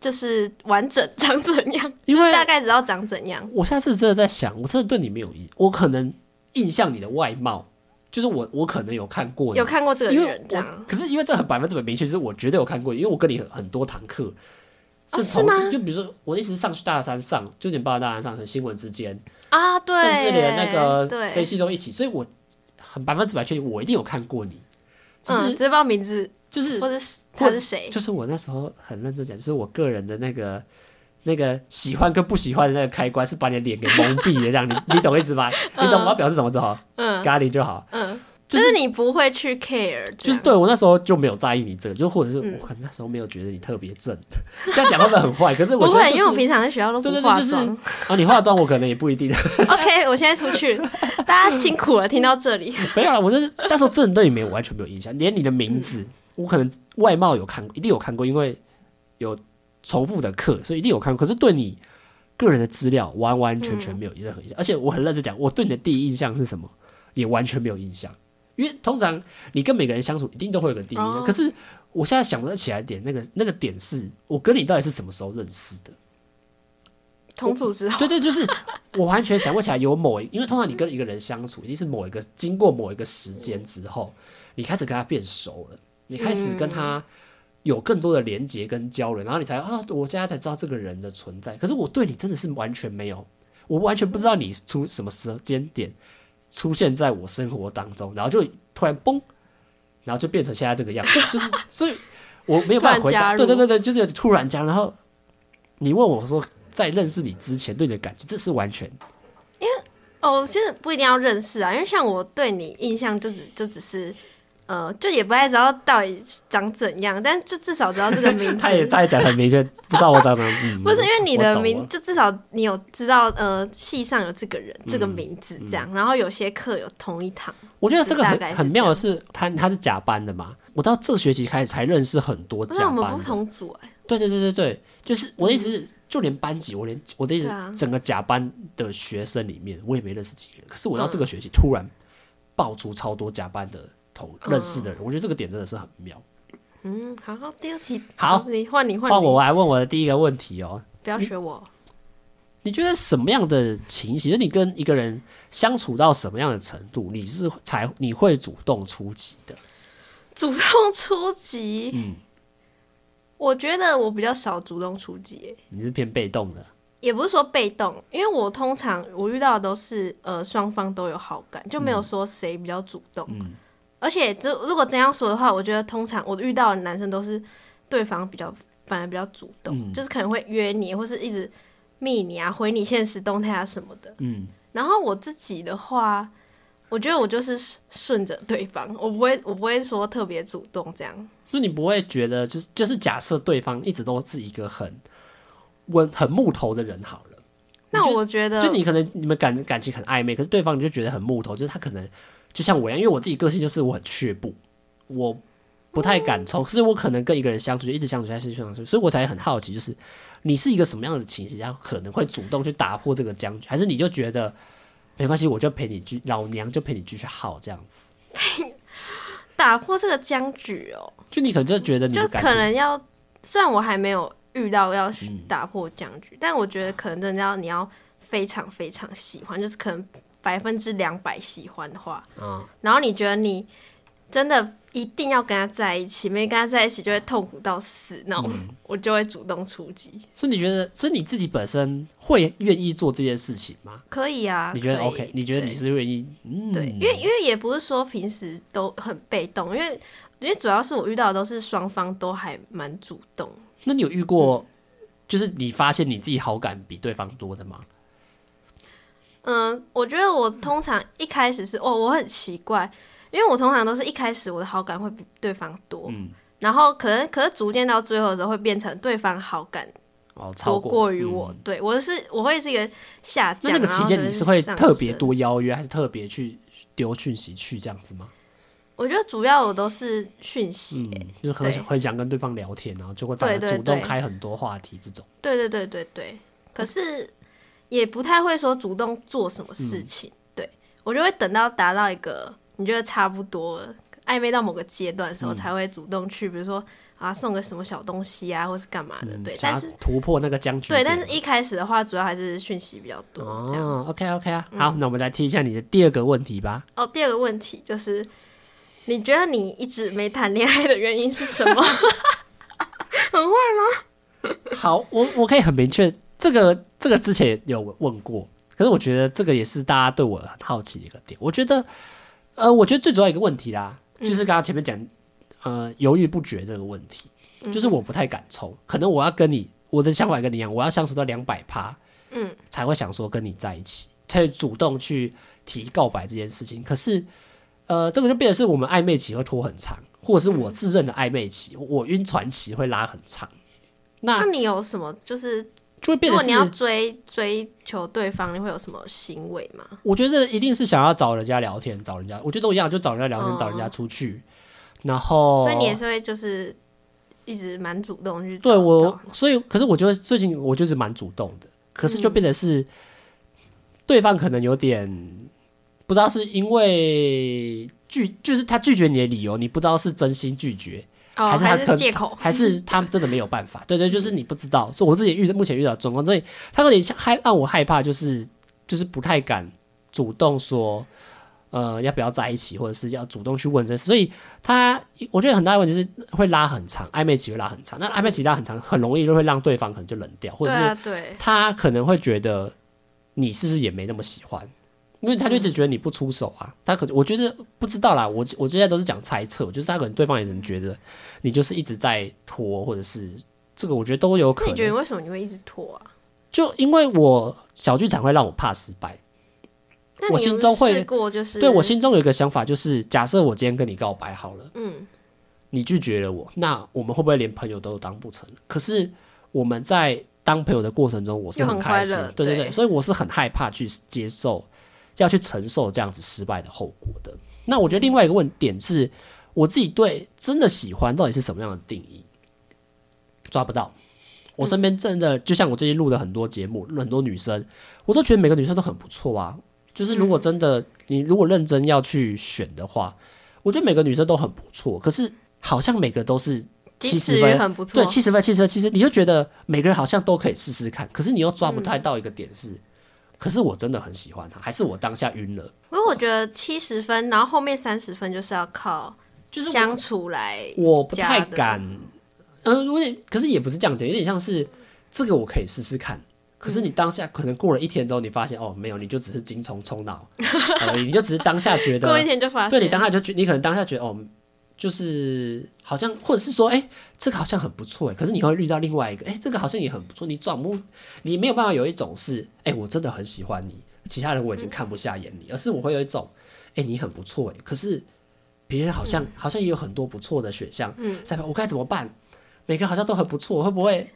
[SPEAKER 2] 就是完整长怎样，
[SPEAKER 1] 因为
[SPEAKER 2] 就大概知道长怎样。
[SPEAKER 1] 我下次真的在想，我真的对你没有意，我可能印象你的外貌，就是我我可能有看过你，
[SPEAKER 2] 有看过这个
[SPEAKER 1] 因为
[SPEAKER 2] 人这
[SPEAKER 1] 我
[SPEAKER 2] 样，
[SPEAKER 1] 可是因为这很百分之百明确，就是我绝对有看过你，因为我跟你很很多堂课是
[SPEAKER 2] 哦是
[SPEAKER 1] 从、
[SPEAKER 2] 吗
[SPEAKER 1] 就比如说我一直上去大三上，就点八大三上和新闻之间，
[SPEAKER 2] 啊？对，
[SPEAKER 1] 甚至连那个飞
[SPEAKER 2] 对，
[SPEAKER 1] 机都一起，所以我很百分之百确定我一定有看过你，只
[SPEAKER 2] 嗯，
[SPEAKER 1] 是、
[SPEAKER 2] 只是不知道名字
[SPEAKER 1] 就是
[SPEAKER 2] 或者是他是谁。
[SPEAKER 1] 就是我那时候很认真讲，就是我个人的那个那个喜欢跟不喜欢的那个开关是把你的脸给蒙蔽的，这样你你懂意思吧？你懂我要表示什么就好，
[SPEAKER 2] 嗯
[SPEAKER 1] 咖喱就好。
[SPEAKER 2] 嗯，就是是你不会去 care，这
[SPEAKER 1] 就是
[SPEAKER 2] 样
[SPEAKER 1] 对我那时候就没有在意你这个，就或者是
[SPEAKER 2] 嗯
[SPEAKER 1] 我可能那时候没有觉得你特别正， 这样讲会不会很坏？可是我
[SPEAKER 2] 不
[SPEAKER 1] 觉得、
[SPEAKER 2] 会，
[SPEAKER 1] 就是、
[SPEAKER 2] 因为我平常在学校都不
[SPEAKER 1] 对对
[SPEAKER 2] 化
[SPEAKER 1] 对，就是
[SPEAKER 2] 妆。
[SPEAKER 1] 啊，你化妆我可能也不一定，
[SPEAKER 2] OK，我现在出去，大家辛苦了，听到 这里。
[SPEAKER 1] 没有啦，我就是那时候真的对你没有我完全没有印象，连你的名字，我可能外貌有看过，一定有看过，因为有重复的课，所以一定有看过。可是对你个人的资料完完全全没有任何印象，而且我很认真讲，我对你的第一印象是什么，也完全没有印象。因为通常你跟每个人相处，一定都会有个第一印象。
[SPEAKER 2] 哦
[SPEAKER 1] 可是我现在想得起来点，那个那个点是我跟你到底是什么时候认识的？
[SPEAKER 2] 同组之后，
[SPEAKER 1] 对对，就是我完全想不起来有某一，因为通常你跟一个人相处，一定是某一个经过某一个时间之后，你开始跟他变熟了，你开始跟他有更多的连接跟交流，然后你才啊，我现在才知道这个人的存在。可是我对你真的是完全没有，我完全不知道你出什么时间点出现在我生活当中，然后就突然嘣，然后就变成现在这个样子，就是所以我没有办法回答，
[SPEAKER 2] 突然加入
[SPEAKER 1] 对对对对，就是有点突然加入，然后你问我说。在认识你之前对你的感觉，这是完全
[SPEAKER 2] 哦，其实不一定要认识啊，因为像我对你印象就只就只是，呃，就也不太知道到底长怎样，但就至少知道这个名字。
[SPEAKER 1] 他也他也讲得很明确，不知道我长什么。嗯、
[SPEAKER 2] 不是因为你
[SPEAKER 1] 我
[SPEAKER 2] 的
[SPEAKER 1] 懂
[SPEAKER 2] 名，
[SPEAKER 1] 了
[SPEAKER 2] 就至少你有知道，呃，系上有这个人、这个名字
[SPEAKER 1] 嗯
[SPEAKER 2] 这样，然后有些课有同一堂，
[SPEAKER 1] 我觉得这个
[SPEAKER 2] 大
[SPEAKER 1] 很
[SPEAKER 2] 概是
[SPEAKER 1] 很
[SPEAKER 2] 这
[SPEAKER 1] 妙的
[SPEAKER 2] 样
[SPEAKER 1] 是，他他是假班的嘛。我到这学期开始才认识很多
[SPEAKER 2] 不是我
[SPEAKER 1] 假
[SPEAKER 2] 们
[SPEAKER 1] 班
[SPEAKER 2] 不
[SPEAKER 1] 的。
[SPEAKER 2] 同组哎、
[SPEAKER 1] 对对对对对，就是我的意思是，就连班级，我连我的意思
[SPEAKER 2] 嗯对啊，
[SPEAKER 1] 整个假班的学生里面，我也没认识几个人。可是我到
[SPEAKER 2] 嗯
[SPEAKER 1] 这个学期突然爆出超多假班的同认识的人，我觉得这个点真的是很妙。
[SPEAKER 2] 嗯，好，好第二题，
[SPEAKER 1] 好
[SPEAKER 2] 你换你换
[SPEAKER 1] 换
[SPEAKER 2] 你，
[SPEAKER 1] 我我来问我的第一个问题哦，
[SPEAKER 2] 不要学我。
[SPEAKER 1] 你觉得什么样的情形，就你跟一个人相处到什么样的程度，你是才你会主动出击的？
[SPEAKER 2] 主动出击，
[SPEAKER 1] 嗯
[SPEAKER 2] 我觉得我比较少主动出击欸耶、
[SPEAKER 1] 你是偏被动的，
[SPEAKER 2] 也不是说被动，因为我通常我遇到的都是呃双方都有好感，就
[SPEAKER 1] 嗯
[SPEAKER 2] 没有说谁比较主动。而且这如果真要说的话，我觉得通常我遇到的男生都是对方比较反而比较主动，
[SPEAKER 1] 嗯
[SPEAKER 2] 就是可能会约你或是一直密你啊，回你现实动态啊什么的。
[SPEAKER 1] 嗯，
[SPEAKER 2] 然后我自己的话，我觉得我就是顺顺着对方，我不会我不会说特别主动这样。
[SPEAKER 1] 所以你不会觉得就是就是假设对方一直都是一个很温很木头的人好了，
[SPEAKER 2] 那
[SPEAKER 1] 就
[SPEAKER 2] 我觉得
[SPEAKER 1] 就你可能你们感感情很暧昧，可是对方你就觉得很木头，就是他可能就像我一样，因为我自己个性就是我很却步，我不太敢冲，所以我可能跟一个人相处就一直相处下去，相处下去，所以我才很好奇，就是你是一个什么样的情形，然后可能会主动去打破这个僵局，还是你就觉得没关系，我就陪你继老娘就陪你继续耗这样子，
[SPEAKER 2] 打破这个僵局哦、
[SPEAKER 1] 就你可能就觉得嗯你
[SPEAKER 2] 就
[SPEAKER 1] 的感
[SPEAKER 2] 可
[SPEAKER 1] 情
[SPEAKER 2] 能要，虽然我还没有遇到要打破僵局，但我觉得可能真的要你要非常非常喜欢，就是可能百分之两百喜欢的话，
[SPEAKER 1] 啊
[SPEAKER 2] 然后你觉得你真的一定要跟他在一起，没跟他在一起就会痛苦到死那种，
[SPEAKER 1] 嗯
[SPEAKER 2] 我就会主动出击。
[SPEAKER 1] 所以你觉得，所以你自己本身会愿意做这件事情吗？
[SPEAKER 2] 可以啊，
[SPEAKER 1] 你觉得
[SPEAKER 2] 可以
[SPEAKER 1] OK？你觉得你是愿意？嗯，
[SPEAKER 2] 对，因为因为也不是说平时都很被动，因为因为主要是我遇到的都是双方都还蛮主动。
[SPEAKER 1] 那你有遇过，就是你发现你自己好感比对方多的吗？
[SPEAKER 2] 嗯，我觉得我通常一开始是哦，我很奇怪，因为我通常都是一开始我的好感会比对方多，
[SPEAKER 1] 嗯
[SPEAKER 2] 然后可能可是逐渐到最后的时候会变成对方好感
[SPEAKER 1] 哦，超
[SPEAKER 2] 多过
[SPEAKER 1] 过
[SPEAKER 2] 于
[SPEAKER 1] 嗯
[SPEAKER 2] 我，对我是我会是一个下
[SPEAKER 1] 那
[SPEAKER 2] 降。
[SPEAKER 1] 那个
[SPEAKER 2] 然
[SPEAKER 1] 期
[SPEAKER 2] 后
[SPEAKER 1] 间
[SPEAKER 2] 就
[SPEAKER 1] 你是会
[SPEAKER 2] 上
[SPEAKER 1] 特别
[SPEAKER 2] 升，
[SPEAKER 1] 多邀约，还是特别去丢讯息去这样子吗？
[SPEAKER 2] 我觉得主要我都是讯息、欸
[SPEAKER 1] 嗯，就是很
[SPEAKER 2] 对
[SPEAKER 1] 很想跟对方聊天，然后就会反
[SPEAKER 2] 对
[SPEAKER 1] 而
[SPEAKER 2] 对
[SPEAKER 1] 主动
[SPEAKER 2] 对
[SPEAKER 1] 开很多话题这种。
[SPEAKER 2] 对对对对对，可是也不太会说主动做什
[SPEAKER 1] 嗯
[SPEAKER 2] 么事情，对我就会等到达到一个你觉得差不多了暧昧到某个阶段的
[SPEAKER 1] 嗯
[SPEAKER 2] 时候，才会主动去，比如说啊送个什么小东西啊，或是干嘛的，
[SPEAKER 1] 嗯
[SPEAKER 2] 对，
[SPEAKER 1] 想
[SPEAKER 2] 但
[SPEAKER 1] 要
[SPEAKER 2] 是。
[SPEAKER 1] 突破那个僵局
[SPEAKER 2] 对，
[SPEAKER 1] 点。
[SPEAKER 2] 但是一开始的话，主要还是讯息比较多这样。嗯
[SPEAKER 1] 哦，OK OK 啊，好，那我们来听一下你的第二个问题吧。
[SPEAKER 2] 哦，第二个问题就是，你觉得你一直没谈恋爱的原因是什么？
[SPEAKER 1] 好，我我可以很明确，这个这个之前也有问过，可是我觉得这个也是大家对我很好奇的一个点。我觉得，呃，我觉得最主要一个问题啦，就是刚刚前面讲，呃，犹豫不决这个问题，就是我不太敢抽，可能我要跟你，我的想法跟你一样，我要相处到两百趴，嗯，才会想说跟你在一起，才主动去提告白这件事情。可是，呃，这个就变成是我们暧昧期会拖很长，或者是我自认的暧昧期，我晕船期会拉很长， 那
[SPEAKER 2] 那你有什么就是，
[SPEAKER 1] 就会变
[SPEAKER 2] 如
[SPEAKER 1] 得
[SPEAKER 2] 果
[SPEAKER 1] 是
[SPEAKER 2] 你要追追求对方，你会有什么行为吗？
[SPEAKER 1] 我觉得一定是想要找人家聊天，找人家，我觉得都一样，就找人家聊天，
[SPEAKER 2] 嗯
[SPEAKER 1] 找人家出去，然后，
[SPEAKER 2] 所以你也是会就是一直蛮主动去找
[SPEAKER 1] 对我
[SPEAKER 2] 找，嗯
[SPEAKER 1] 所以可是我觉得最近我就是蛮主动的，可是就变得是、对方可能有点不知道是因为拒，就是他拒绝你的理由，你不知道是真心拒绝，
[SPEAKER 2] 哦，
[SPEAKER 1] 还是他
[SPEAKER 2] 还
[SPEAKER 1] 可
[SPEAKER 2] 是借口，
[SPEAKER 1] 还是他真的没有办法？对对，就是你不知道，所以我自己遇目前遇到的状况，所以他有点像害让我害怕，就是就是不太敢主动说，呃，要不要在一起，或者是要主动去问这事。所以他我觉得很大的问题是会拉很长，暧昧期会拉很长，那暧昧期拉很长，很容易就会让对方可能就冷掉，或
[SPEAKER 2] 对
[SPEAKER 1] 者是
[SPEAKER 2] 啊，对，
[SPEAKER 1] 他可能会觉得你是不是也没那么喜欢，因为他就一直觉得你不出手啊。他可我觉得不知道啦，我我现在都是讲猜测，就是他可能对方也能觉得你就是一直在拖，或者是这个我觉得都有
[SPEAKER 2] 那
[SPEAKER 1] 可
[SPEAKER 2] 你觉得
[SPEAKER 1] 能。
[SPEAKER 2] 为什么你会一直拖啊？
[SPEAKER 1] 就因为我小剧场会让我怕失败，
[SPEAKER 2] 那
[SPEAKER 1] 我
[SPEAKER 2] 你
[SPEAKER 1] 心
[SPEAKER 2] 有
[SPEAKER 1] 中会
[SPEAKER 2] 试过就是
[SPEAKER 1] 对我心中有一个想法，就是假设我今天跟你告白好了，
[SPEAKER 2] 嗯，
[SPEAKER 1] 你拒绝了我，那我们会不会连朋友都当不成？可是我们在当朋友的过程中，我是
[SPEAKER 2] 又很
[SPEAKER 1] 开心
[SPEAKER 2] 快乐，
[SPEAKER 1] 对对对，
[SPEAKER 2] 对
[SPEAKER 1] 所以我是很害怕去接受，要去承受这样子失败的后果的。那我觉得另外一个问点是，我自己对真的喜欢到底是什么样的定义，抓不到。我身边真的，就像我最近录的很多节目，很多女生，我都觉得每个女生都很不错啊。就是如果
[SPEAKER 2] 嗯
[SPEAKER 1] 真的你如果认真要去选的话，我觉得每个女生都很不错，可是好像每个都是七
[SPEAKER 2] 仅止
[SPEAKER 1] 十
[SPEAKER 2] 于
[SPEAKER 1] 分，
[SPEAKER 2] 很不错
[SPEAKER 1] 对，，七十分、七十分，其实你就觉得每个人好像都可以试试看，可是你又抓不
[SPEAKER 2] 嗯
[SPEAKER 1] 太到一个点是，可是我真的很喜欢他，还是我当下晕了，
[SPEAKER 2] 因为我觉得七十分，然后后面三十分就是要靠
[SPEAKER 1] 就是
[SPEAKER 2] 相处来，
[SPEAKER 1] 我我不太
[SPEAKER 2] 假的
[SPEAKER 1] 敢，嗯，有点，可是也不是这样子，有点像是这个我可以试试看。可是你当下可能过了一天之后，你发现哦，没有，你就只是精虫充 脑而已，你就只是当下觉得
[SPEAKER 2] 过一天就发现，
[SPEAKER 1] 对你当下就觉，你可能当下觉得哦，就是好像，或者是说，哎、这个好像很不错，哎，可是你会遇到另外一个，哎、这个好像也很不错，你转不，你没有办法有一种是，哎、我真的很喜欢你，其他人我已经看不下眼里，
[SPEAKER 2] 嗯
[SPEAKER 1] 而是我会有一种，哎、你很不错，哎，可是别人好
[SPEAKER 2] 嗯
[SPEAKER 1] 像、好像也有很多不错的选项，嗯，在我该怎么办？每个好像都很不错，会不会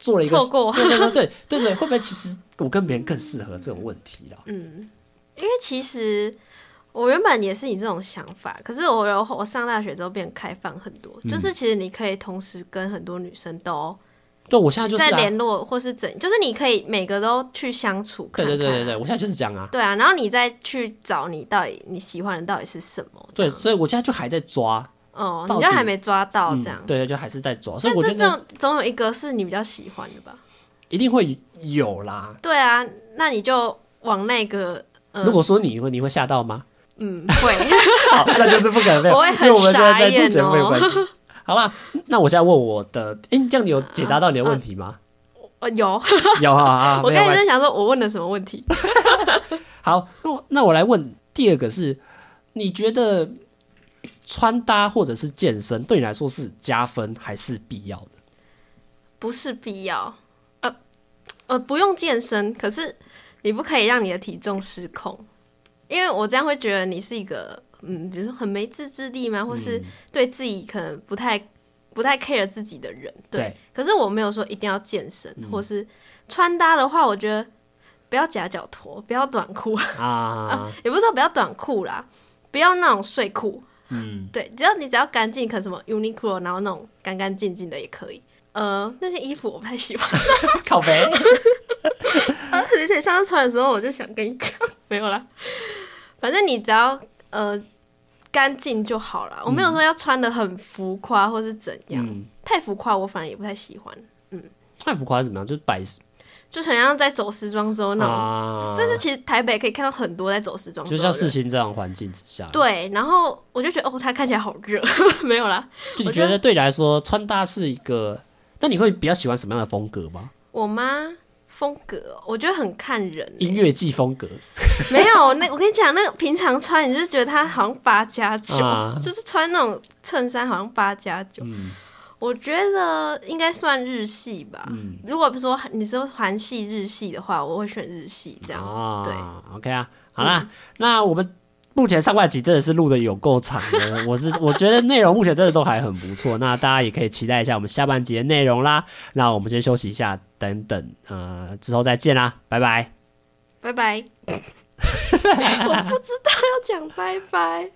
[SPEAKER 1] 做了一个
[SPEAKER 2] 错过
[SPEAKER 1] 对对对对对对，会不会其实我跟别人更适合这种问题
[SPEAKER 2] 嗯
[SPEAKER 1] 啦？
[SPEAKER 2] 因为其实我原本也是你这种想法，可是我然后我上大学之后变开放很多，
[SPEAKER 1] 嗯
[SPEAKER 2] 就是其实你可以同时跟很多女生都
[SPEAKER 1] 对，我现在就是、啊、
[SPEAKER 2] 在联络，或是怎，就是你可以每个都去相处看
[SPEAKER 1] 对
[SPEAKER 2] 看
[SPEAKER 1] 对对对对，我现在就是这样啊。
[SPEAKER 2] 对啊，然后你再去找你到底你喜欢的到底是什么，
[SPEAKER 1] 对，所以我现在就还在抓，
[SPEAKER 2] 哦，
[SPEAKER 1] 到
[SPEAKER 2] 你
[SPEAKER 1] 底嗯
[SPEAKER 2] 就还没抓
[SPEAKER 1] 哦
[SPEAKER 2] 到这样。
[SPEAKER 1] 对，就还是在抓，所以
[SPEAKER 2] 但
[SPEAKER 1] 我觉
[SPEAKER 2] 这
[SPEAKER 1] 得
[SPEAKER 2] 种总有一个是你比较喜欢的吧？
[SPEAKER 1] 一定会有啦。
[SPEAKER 2] 对啊，那你就往那个，嗯
[SPEAKER 1] 如果说你会，你会吓到吗？
[SPEAKER 2] 嗯，会，
[SPEAKER 1] 好，那就是不可能被，
[SPEAKER 2] 我会
[SPEAKER 1] 因
[SPEAKER 2] 很
[SPEAKER 1] 为我们现在在
[SPEAKER 2] 傻
[SPEAKER 1] 做
[SPEAKER 2] 眼
[SPEAKER 1] 节目有
[SPEAKER 2] 哦
[SPEAKER 1] 关系。 好啦，那我现在问我的，哎，这样你有解答到你的问题 吗？
[SPEAKER 2] 呃，有，
[SPEAKER 1] 有啊啊，
[SPEAKER 2] 我
[SPEAKER 1] 没
[SPEAKER 2] 刚
[SPEAKER 1] 有
[SPEAKER 2] 才
[SPEAKER 1] 关
[SPEAKER 2] 在
[SPEAKER 1] 系。
[SPEAKER 2] 想说，我问了什么问题？
[SPEAKER 1] 好，那我那我来问第二个是，你觉得穿搭或者是健身对你来说是加分还是必要的？
[SPEAKER 2] 不是必要，呃呃，不用健身，可是你不可以让你的体重失控，因为我这样会觉得你是一个嗯，比如说很没自制力嘛，或是对自己可能不太不太 care 自己的人，对。
[SPEAKER 1] 对
[SPEAKER 2] 可是我没有说一定要健身，或是穿搭的话，我觉得不要夹脚拖，不要短裤，
[SPEAKER 1] 啊，
[SPEAKER 2] 也不是说不要短裤啦，不要那种睡裤。嗯，对，只要你只要干净，可能什么 Uniqlo，然后那种干干净净的也可以。呃，那些衣服我不太喜 欢，
[SPEAKER 1] 靠肥。
[SPEAKER 2] 而且上次穿的时候我就想跟你讲， 没有啦。反正你只要呃干净就好了，我没有说要穿的很浮夸或是怎样，
[SPEAKER 1] 嗯
[SPEAKER 2] 太浮夸我反而也不太喜欢，
[SPEAKER 1] 太浮夸是怎么样？就是摆
[SPEAKER 2] 就很像在走时装周那种。
[SPEAKER 1] 啊，
[SPEAKER 2] 但是其实台北可以看到很多在走时装周
[SPEAKER 1] 就
[SPEAKER 2] 的人，
[SPEAKER 1] 像世新这样的环境之下，
[SPEAKER 2] 啊对，然后我就觉得哦，他看起来好热， 没有啦，
[SPEAKER 1] 就你
[SPEAKER 2] 我
[SPEAKER 1] 觉
[SPEAKER 2] 觉
[SPEAKER 1] 得对你来说，穿搭是一个，那你会比较喜欢什么样的风格吗？
[SPEAKER 2] 我妈风格，我觉得很看人欸、
[SPEAKER 1] 音乐季风格
[SPEAKER 2] 没有那我跟你讲，那个平常穿，你就觉得她好像八加九
[SPEAKER 1] 啊，
[SPEAKER 2] 就是穿那种衬衫好像八加九。我觉得应该算日系吧。如果不说你说韩系、
[SPEAKER 1] 哦
[SPEAKER 2] 日系的话，我会选日系这样。
[SPEAKER 1] 啊，对，OK 啊，好啦，那我们目前上半集真的是录的有够长的，我是我觉得内容目前真的都还很不错，那大家也可以期待一下我们下半集的内容啦。那我们先休息一下，等等呃之后再见啦，拜拜。
[SPEAKER 2] 拜拜。我不知道要讲拜拜。